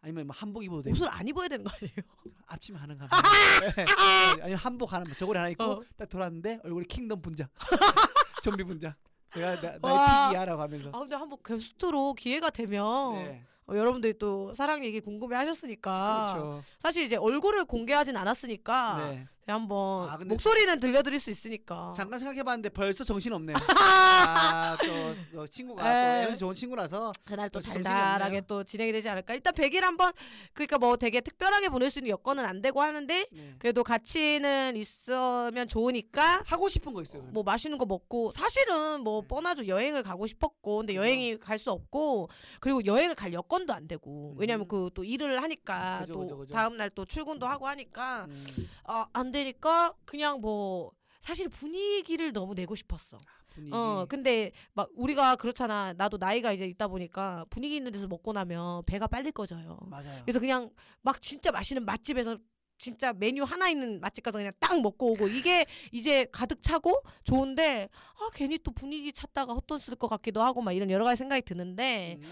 아니면 뭐 한복 입어도 돼요 옷을 안 입어야 되는 거 아니에요? 앞치마 하는 거 예. 아니 한복 하나 뭐 저고리 하나 입고 어. 딱 돌아왔는데 얼굴에 킹덤 분장 좀비 분장 내가 나, 와. 나의 픽이야라고 하면서 아 근데 한번 게스트로 기회가 되면 네 어, 여러분들이 또 사랑 얘기 궁금해하셨으니까 그렇죠 사실 이제 얼굴을 공개하진 않았으니까 네 제가 한번 아, 근데 목소리는 들려드릴 수 있으니까 잠깐 생각해봤는데 벌써 정신 없네요 아또 또 친구가 에. 또 에너지 좋은 친구라서 그날 또 역시 정신이 달달하게 없네요. 또 진행이 되지 않을까 일단 100일 한번 그러니까 뭐 되게 특별하게 보낼 수 있는 여건은 안 되고 하는데 네. 그래도 가치는 있으면 좋으니까 하고 싶은 거 있어요 뭐 맛있는 거 먹고 사실은 뭐 네. 뻔하죠 여행을 가고 싶었고 근데 여행이 갈 수 없고 그리고 여행을 갈 여건도 안 되고 왜냐면 음. 그 또 일을 하니까 그죠, 또 그죠, 그죠. 다음 날 또 출근도 하고 하니까 음, 아, 안 되니까 그냥 뭐 사실 분위기를 너무 내고 싶었어. 분위기 어 근데 막 우리가 그렇잖아 나도 나이가 이제 있다 보니까 분위기 있는 데서 먹고 나면 배가 빨리 꺼져요. 맞아요 그래서 그냥 막 진짜 맛있는 맛집에서 진짜 메뉴 하나 있는 맛집 가서 그냥 딱 먹고 오고 이게 이제 가득 차고 좋은데 아 괜히 또 분위기 찾다가 헛돈 쓸 것 같기도 하고 막 이런 여러 가지 생각이 드는데 음,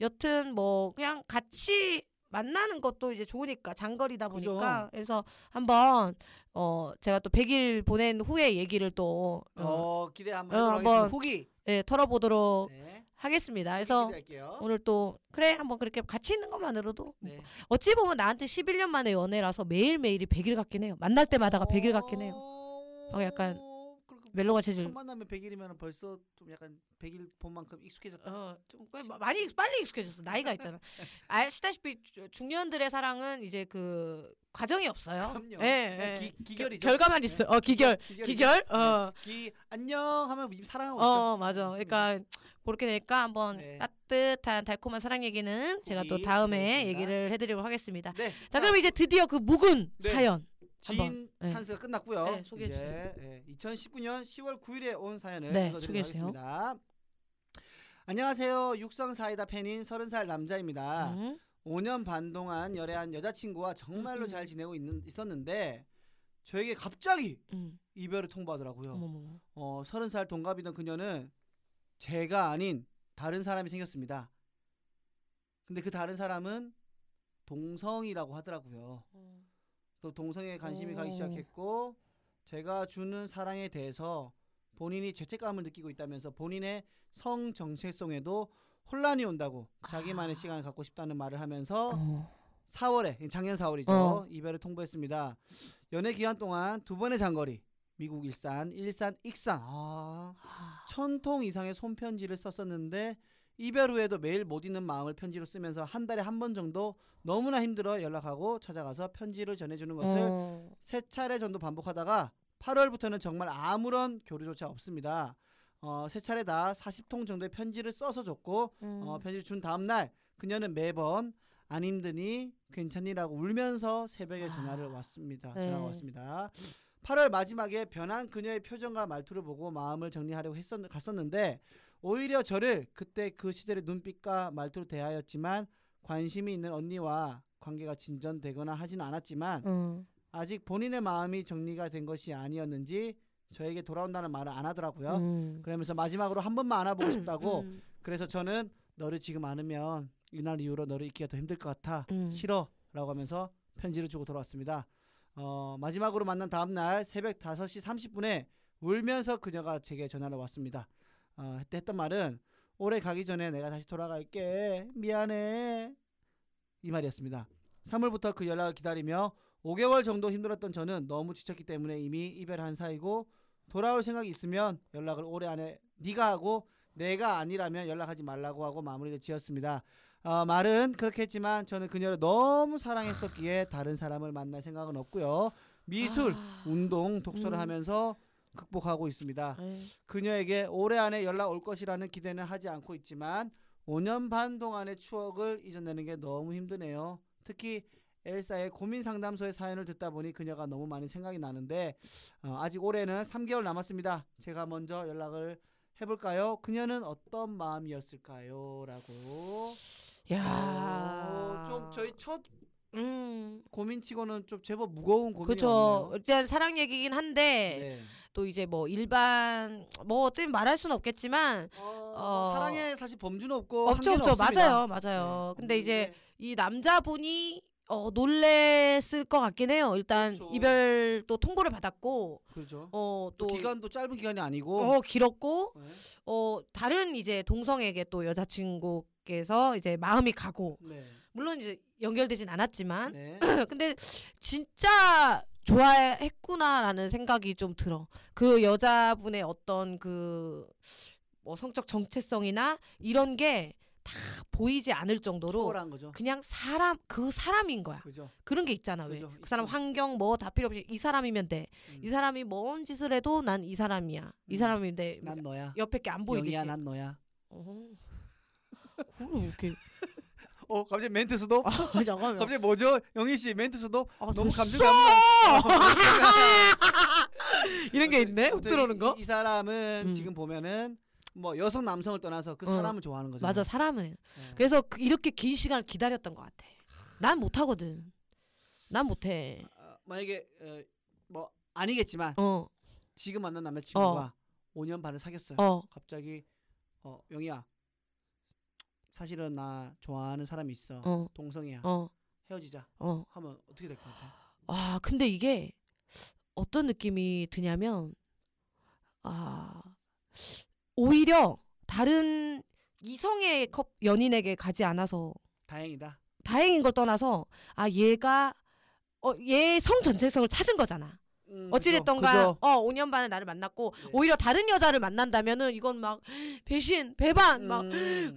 여튼 뭐 그냥 같이 만나는 것도 이제 좋으니까 장거리다 그죠. 보니까 그래서 한번 어 제가 또 100일 보낸 후에 얘기를 또 어, 어 기대 한번 어, 해보도록 한번 하겠습니다 후기 예, 털어보도록 네 하겠습니다. 그래서 기대할게요 오늘 또 그래 한번 그렇게 같이 있는 것만으로도 네. 어찌 보면 나한테 11년 만에 연애라서 매일매일이 100일 같긴 해요. 만날 때마다가 100일 같긴 해요. 어, 어, 약간 그렇게 멜로가 체질. 첫 만나면 100일이면 벌써 좀 약간 100일 본 만큼 익숙해졌다. 어, 좀 꽤 마- 많이 익- 빨리 익숙해졌어. 나이가 있잖아. 아시다시피 주- 중년들의 사랑은 이제 그 과정이 없어요. 그럼요. 네, 예, 예. 기, 기결이죠. 네. 결과만 있어. 어, 기결. 기결이죠. 기결. 어. 네. 기 안녕 하면 이미 사랑하고 있어. 어, 맞아. 그러니까 그렇게 되니까 한번 네. 따뜻한 달콤한 사랑 얘기는 제가 또 후기 다음에 드리겠습니다. 얘기를 해 드리도록 하겠습니다. 네. 그러니까 자, 그럼 이제 드디어 그 묵은 네. 사연. 지인 네. 찬스가 끝났고요. 네, 소개해 이제, 예, 2019년 10월 9일에 온 사연을 네, 소개해 읽어드리도록 주세요. 하겠습니다. 안녕하세요. 육성 사이다 팬인 30살 남자입니다. 음. 5년 반 동안 열애한 여자친구와 정말로 음. 잘 지내고 있는, 있었는데 저에게 갑자기 음. 이별을 통보하더라고요. 어머머머. 어, 30살 동갑이던 그녀는 제가 아닌 다른 사람이 생겼습니다. 근데 그 다른 사람은 동성이라고 하더라고요. 또 동성에 관심이 가기 오. 시작했고 제가 주는 사랑에 대해서 본인이 죄책감을 느끼고 있다면서 본인의 성 정체성에도 혼란이 온다고 자기만의 시간을 갖고 싶다는 말을 하면서 아. 어. 4월에 작년 4월이죠 어. 이별을 통보했습니다. 연애 기간 동안 두 번의 장거리 미국 일산 일산 익산 아, 아. 천통 이상의 손편지를 썼었는데 이별 후에도 매일 못 잊는 마음을 편지로 쓰면서 한 달에 한 번 정도 너무나 힘들어 연락하고 찾아가서 편지를 전해주는 것을 어. 세 차례 정도 반복하다가 8월부터는 정말 아무런 교류조차 없습니다. 어, 세 차례 다 40통 정도의 편지를 써서 줬고 음. 어, 편지를 준 다음 날 그녀는 매번 안 힘드니 괜찮니라고 울면서 새벽에 아. 전화를 왔습니다. 네. 전화가 왔습니다. 8월 마지막에 변한 그녀의 표정과 말투를 보고 마음을 정리하려고 했었 갔었는데 오히려 저를 그때 그 시절의 눈빛과 말투로 대하였지만 관심이 있는 언니와 관계가 진전되거나 하진 않았지만 음. 아직 본인의 마음이 정리가 된 것이 아니었는지 저에게 돌아온다는 말을 안 하더라고요. 음. 그러면서 마지막으로 한 번만 안아보고 싶다고 음. 그래서 저는 너를 지금 안으면 이날 이후로 너를 잊기가 더 힘들 것 같아 음. 싫어라고 하면서 편지를 주고 돌아왔습니다. 어, 마지막으로 만난 다음 날 새벽 5시 30분에 울면서 그녀가 제게 전화를 왔습니다. 어, 그때 했던 말은 올해 가기 전에 내가 다시 돌아갈게 미안해 이 말이었습니다. 3월부터 그 연락을 기다리며 5개월 정도 힘들었던 저는 너무 지쳤기 때문에 이미 이별한 사이고 돌아올 생각이 있으면 연락을 올해 안에 네가 하고 내가 아니라면 연락하지 말라고 하고 마무리를 지었습니다. 어, 말은 그렇게 했지만 저는 그녀를 너무 사랑했었기에 다른 사람을 만날 생각은 없고요. 미술, 아. 운동, 독서를 음. 하면서 극복하고 있습니다. 에이. 그녀에게 올해 안에 연락 올 것이라는 기대는 하지 않고 있지만 5년 반 동안의 추억을 잊어내는 게 너무 힘드네요. 특히 엘사의 고민 상담소의 사연을 듣다 보니 그녀가 너무 많이 생각이 나는데 어, 아직 올해는 3개월 남았습니다. 제가 먼저 연락을 해볼까요? 그녀는 어떤 마음이었을까요?라고. 야. 어, 좀 저희 첫 음. 고민치고는 좀 제법 무거운 그렇죠. 고민이었네요. 네. 일단 사랑 얘기긴 한데 또 이제 뭐 일반 뭐 어떻게 말할 수는 없겠지만 어, 어, 사랑에 사실 범주는 없고 없죠 한계는 없죠 맞아요 없습니다. 맞아요. 네. 근데 이제 이 남자분이 어 놀랬을 것 같긴 해요. 일단 그렇죠. 이별 또 통보를 받았고 그렇죠. 어또 또 기간도 짧은 기간이 아니고 어 길었고 네. 어 다른 이제 동성에게 또 여자친구께서 이제 마음이 가고 네. 물론 이제 연결되진 않았지만 네. 근데 진짜 좋아했구나라는 생각이 좀 들어 그 여자분의 어떤 그 뭐 성적 정체성이나 이런 게 다 보이지 않을 정도로 초월한 거죠. 그냥 사람 그 사람인 거야 그죠. 그런 게 있잖아 왜 그죠, 그 사람 있죠. 환경 뭐 다 필요 없이 이 사람이면 돼 이 음. 사람이 뭔 짓을 해도 난 이 사람이야 이 음. 사람인데 난 너야. 옆에 게 안 보이듯이 영희야, 난 너야. 어. 그걸 이렇게 어, 갑자기 멘트 수도. 아, 잠깐만. 갑자기 뭐죠? 영희 씨 멘트 수도. 아, 너무 됐어! 감정 감정. 이런 게 있네. 훅 들어오는 거. 이, 이 사람은 음. 지금 보면은 뭐 여성 남성을 떠나서 그 어. 사람을 좋아하는 거죠. 맞아 사람은. 네. 그래서 그- 이렇게 긴 시간을 기다렸던 것 같아. 난 못하거든. 난 못해. 어, 만약에 어, 뭐 아니겠지만 어, 지금 만난 남자친구가 5년 반을 사귀었어요. 어, 갑자기 어, 영희야. 사실은 나 좋아하는 사람이 있어. 어, 동성이야. 어, 헤어지자. 어. 하면 어떻게 될 것 같아? 아, 근데 이게 어떤 느낌이 드냐면, 아, 오히려 다른 이성의 컵 연인에게 가지 않아서 다행이다. 다행인 걸 떠나서 아 얘가 어, 얘의 성 전체성을 찾은 거잖아. 음, 어찌됐던가 어 5년 반에 나를 만났고 네. 오히려 다른 여자를 만난다면은 이건 막 배신 배반 음. 막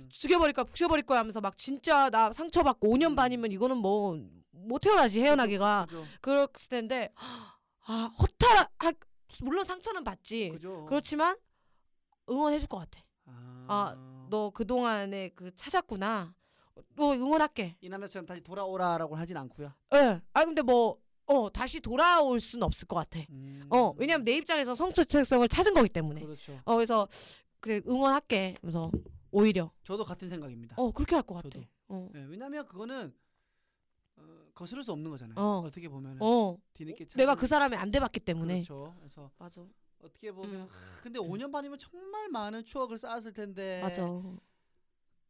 죽여버릴 거야 부셔버릴 거야 하면서 막 진짜 나 상처받고 5년 음. 반이면 이거는 뭐 못 태어나지 헤어나기가 그죠. 그럴 텐데 아 허탈하 아, 물론 상처는 받지 그죠. 예. 그렇지만 응원해줄 것 같아 아, 너 그동안에 그 찾았구나 어, 너 응원할게 이 남자처럼 다시 돌아오라라고 하진 않고요. 예. 아 근데 뭐 어, 다시 돌아올 수는 없을 것 같아. 음, 어, 왜냐면 내 입장에서 성추책성을 찾은 거기 때문에. 그렇죠. 어, 그래서 그래 응원할게. 하면서 오히려 저도 같은 생각입니다. 어 그렇게 할 것 같아. 저도. 어, 네, 왜냐면 그거는 어, 거스를 수 없는 거잖아요. 어. 어. 떻게 보면 은 어. 뒤늦게 내가 찾은- 그 사람이 안 돼봤기 때문에. 그렇죠. 그래서 맞아. 어떻게 보면 음. 하, 근데 5년 반이면 정말 많은 추억을 쌓았을 텐데 맞아.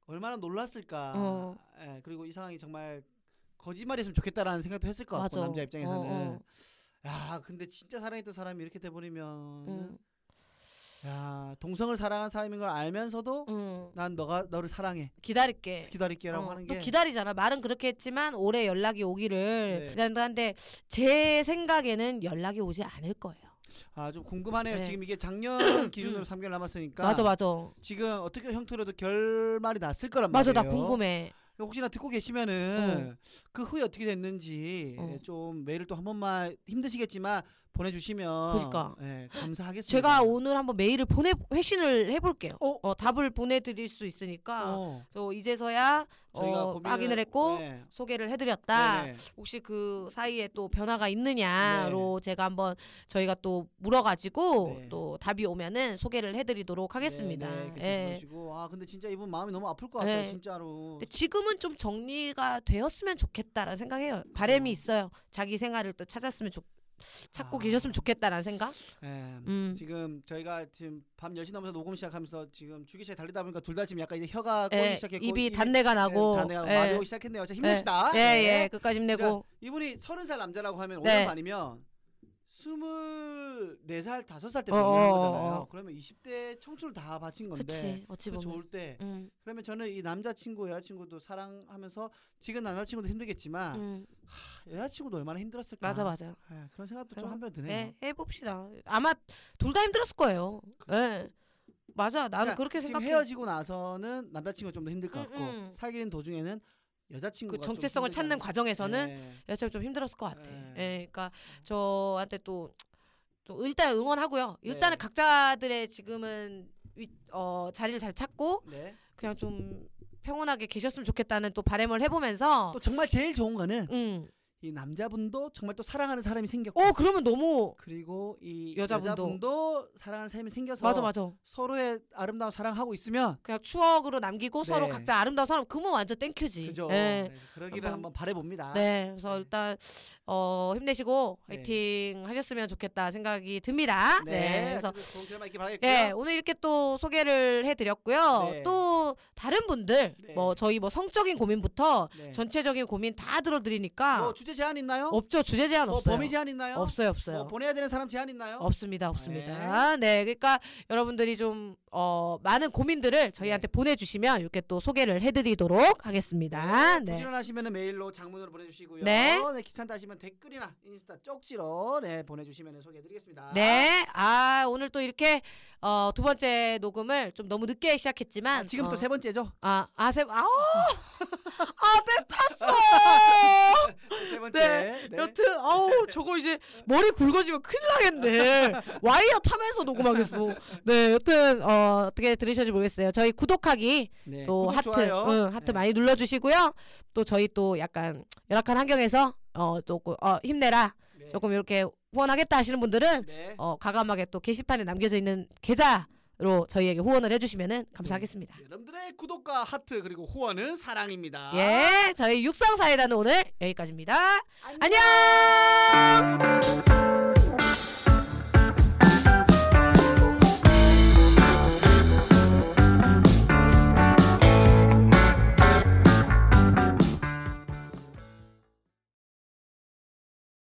얼마나 놀랐을까. 어. 예, 그리고 이 상황이 정말 거짓말이었으면 좋겠다라는 생각도 했을 것 같고 맞아. 남자 어, 입장에서는. 어. 야, 근데 진짜 사랑했던 사람이 이렇게 돼버리면 음. 야 동성을 사랑하는 사람인 걸 알면서도 응. 난 너가 너를 사랑해 기다릴게. 기다릴게라고 어, 하는 또 게 기다리잖아. 말은 그렇게 했지만 올해 연락이 오기를 네. 기다린다 한데 제 생각에는 연락이 오지 않을 거예요. 아 좀 궁금하네요. 네. 음. 지금 이게 작년 기준으로 3개월 남았으니까 맞아 맞아. 지금 어떻게 형태로도 결말이 났을 거란 맞아 나 말이에요. 음. 궁금해. 혹시나 듣고 계시면은 그 후에 어떻게 됐는지 예, 어. 좀 메일을 또 한 번만 힘드시겠지만 보내주시면 그러니까. 예, 감사하겠습니다. 제가 오늘 한번 메일을 보내 회신을 해볼게요. 어? 어, 답을 보내드릴 수 있으니까 어, 저 이제서야 저희가 어, 고민을- 확인을 했고 네. 소개를 해드렸다. 네네. 혹시 그 사이에 또 변화가 있느냐로 제가 한번 저희가 또 물어가지고 네. 또 답이 오면은 소개를 해드리도록 하겠습니다. 네, 네, 그렇게 예. 보내주시고. 아 근데 진짜 이분 마음이 너무 아플 것 같아요 네. 진짜로. 근데 지금은 좀 정리가 되었으면 좋겠다라는 생각해요. 바람이 어. 있어요. 자기 생활을 또 찾았으면 좋, 찾고 아. 계셨으면 좋겠다라는 생각. 예. 음. 지금 저희가 지금 밤 10시 넘어서 녹음 시작하면서 지금 주기시에 달리다 보니까 둘 다 지금 약간 이제 혀가 꼬이기 예, 시작했고 입이 단내가 나고. 단내가 예. 마비 오기 시작했네요. 자 힘냅시다. 예, 네. 예, 끝까지 힘내고. 이분이 서른 살 남자라고 하면 네. 5년 반이면 스물네 살 다섯 살때 어, 결혼한 어, 어, 거잖아요. 어. 그러면 20대 청춘을 다 바친 건데 그치, 어찌 그 보면. 좋을 때 음, 그러면 저는 이 남자친구 여자친구도 사랑하면서 지금 남자친구도 힘들겠지만 음. 여자친구도 얼마나 힘들었을까 맞아, 맞아. 예, 그런 생각도 그럼- 좀 한편 드네요. 네, 해봅시다. 아마 둘 다 힘들었을 거예요. 예. 맞아, 나는 그렇게 그러니까 지금 생각해. 헤어지고 나서는 남자친구가 좀 더 힘들 것 음, 같고 음. 사귀는 도중에는 그 여자친구가 좀 정체성을 힘들지 찾는 않을까. 과정에서는 예. 여자친구 좀 힘들었을 것 같아. 네. 예, 그러니까 저한테 또, 또 일단 응원하고요. 일단은 네. 각자들의 지금은 위, 어, 자리를 잘 찾고 네. 그냥 좀 평온하게 계셨으면 좋겠다는 또 바람을 해보면서. 또 정말 제일 좋은 거는 음. 이 남자분도 정말 또 사랑하는 사람이 생겼고 어, 그러면 너무 그리고 이 여자분도. 여자분도, 사랑하는 사람이 생겨서 맞아, 맞아. 서로의 아름다운 사랑하고 있으면 그냥 추억으로 남기고 네. 서로 각자 아름다운 사람 그러면 완전 땡큐지. 그죠. 네. 네, 그러기를 한번- 한번 바래봅니다. 네, 그래서 네. 일단 어 힘내시고 네. 화이팅 하셨으면 좋겠다 생각이 듭니다. 네, 그래서 어쨌든 좋은 결말 있길 바라겠고요. 예, 오늘 이렇게 또 소개를 해드렸고요. 네. 또 다른 분들 네. 뭐 저희 뭐 성적인 고민부터 네. 전체적인 고민 다 들어드리니까 뭐 주제 제한 있나요? 없죠 주제 제한 뭐 없어요. 범위 제한 있나요? 없어요, 없어요. 뭐 보내야 되는 사람 제한 있나요? 없습니다, 없습니다. 네, 그러니까 여러분들이 좀 어, 많은 고민들을 네. 저희한테 보내주시면 이렇게 또 소개를 해드리도록 하겠습니다. 네. 뭐 부지런하시면 메일로 장문으로 보내주시고요. 네. 귀찮다 하시면 댓글이나 인스타 쪽지로 네 보내주시면 소개해드리겠습니다. 네, 아 오늘 또 이렇게 어, 두 번째 녹음을 좀 너무 늦게 시작했지만 아, 지금 어, 또 세 번째죠? 아, 아, 세, 네, 아, 아, 됐어! 세 번째. 네. 네. 여튼, 어우, 저거 이제 머리 굵어지면 큰일 나겠네. 와이어 타면서 녹음하겠어. 네, 여튼, 어, 어떻게 들으셨는지 모르겠어요. 저희 구독하기, 네, 또 구독, 하트, 좋아요. 응, 하트 네. 많이 눌러주시고요. 또 저희 또 약간 열악한 환경에서, 어, 또, 그- 어, 힘내라. 네. 조금 이렇게 후원하겠다 하시는 분들은 네. 어, 과감하게 또 게시판에 남겨져 있는 계좌로 저희에게 후원을 해주시면 감사하겠습니다. 여러분들의 구독과 하트 그리고 후원은 사랑입니다. 예, 저희 육성사회단은 오늘 여기까지입니다. 안녕. 안녕!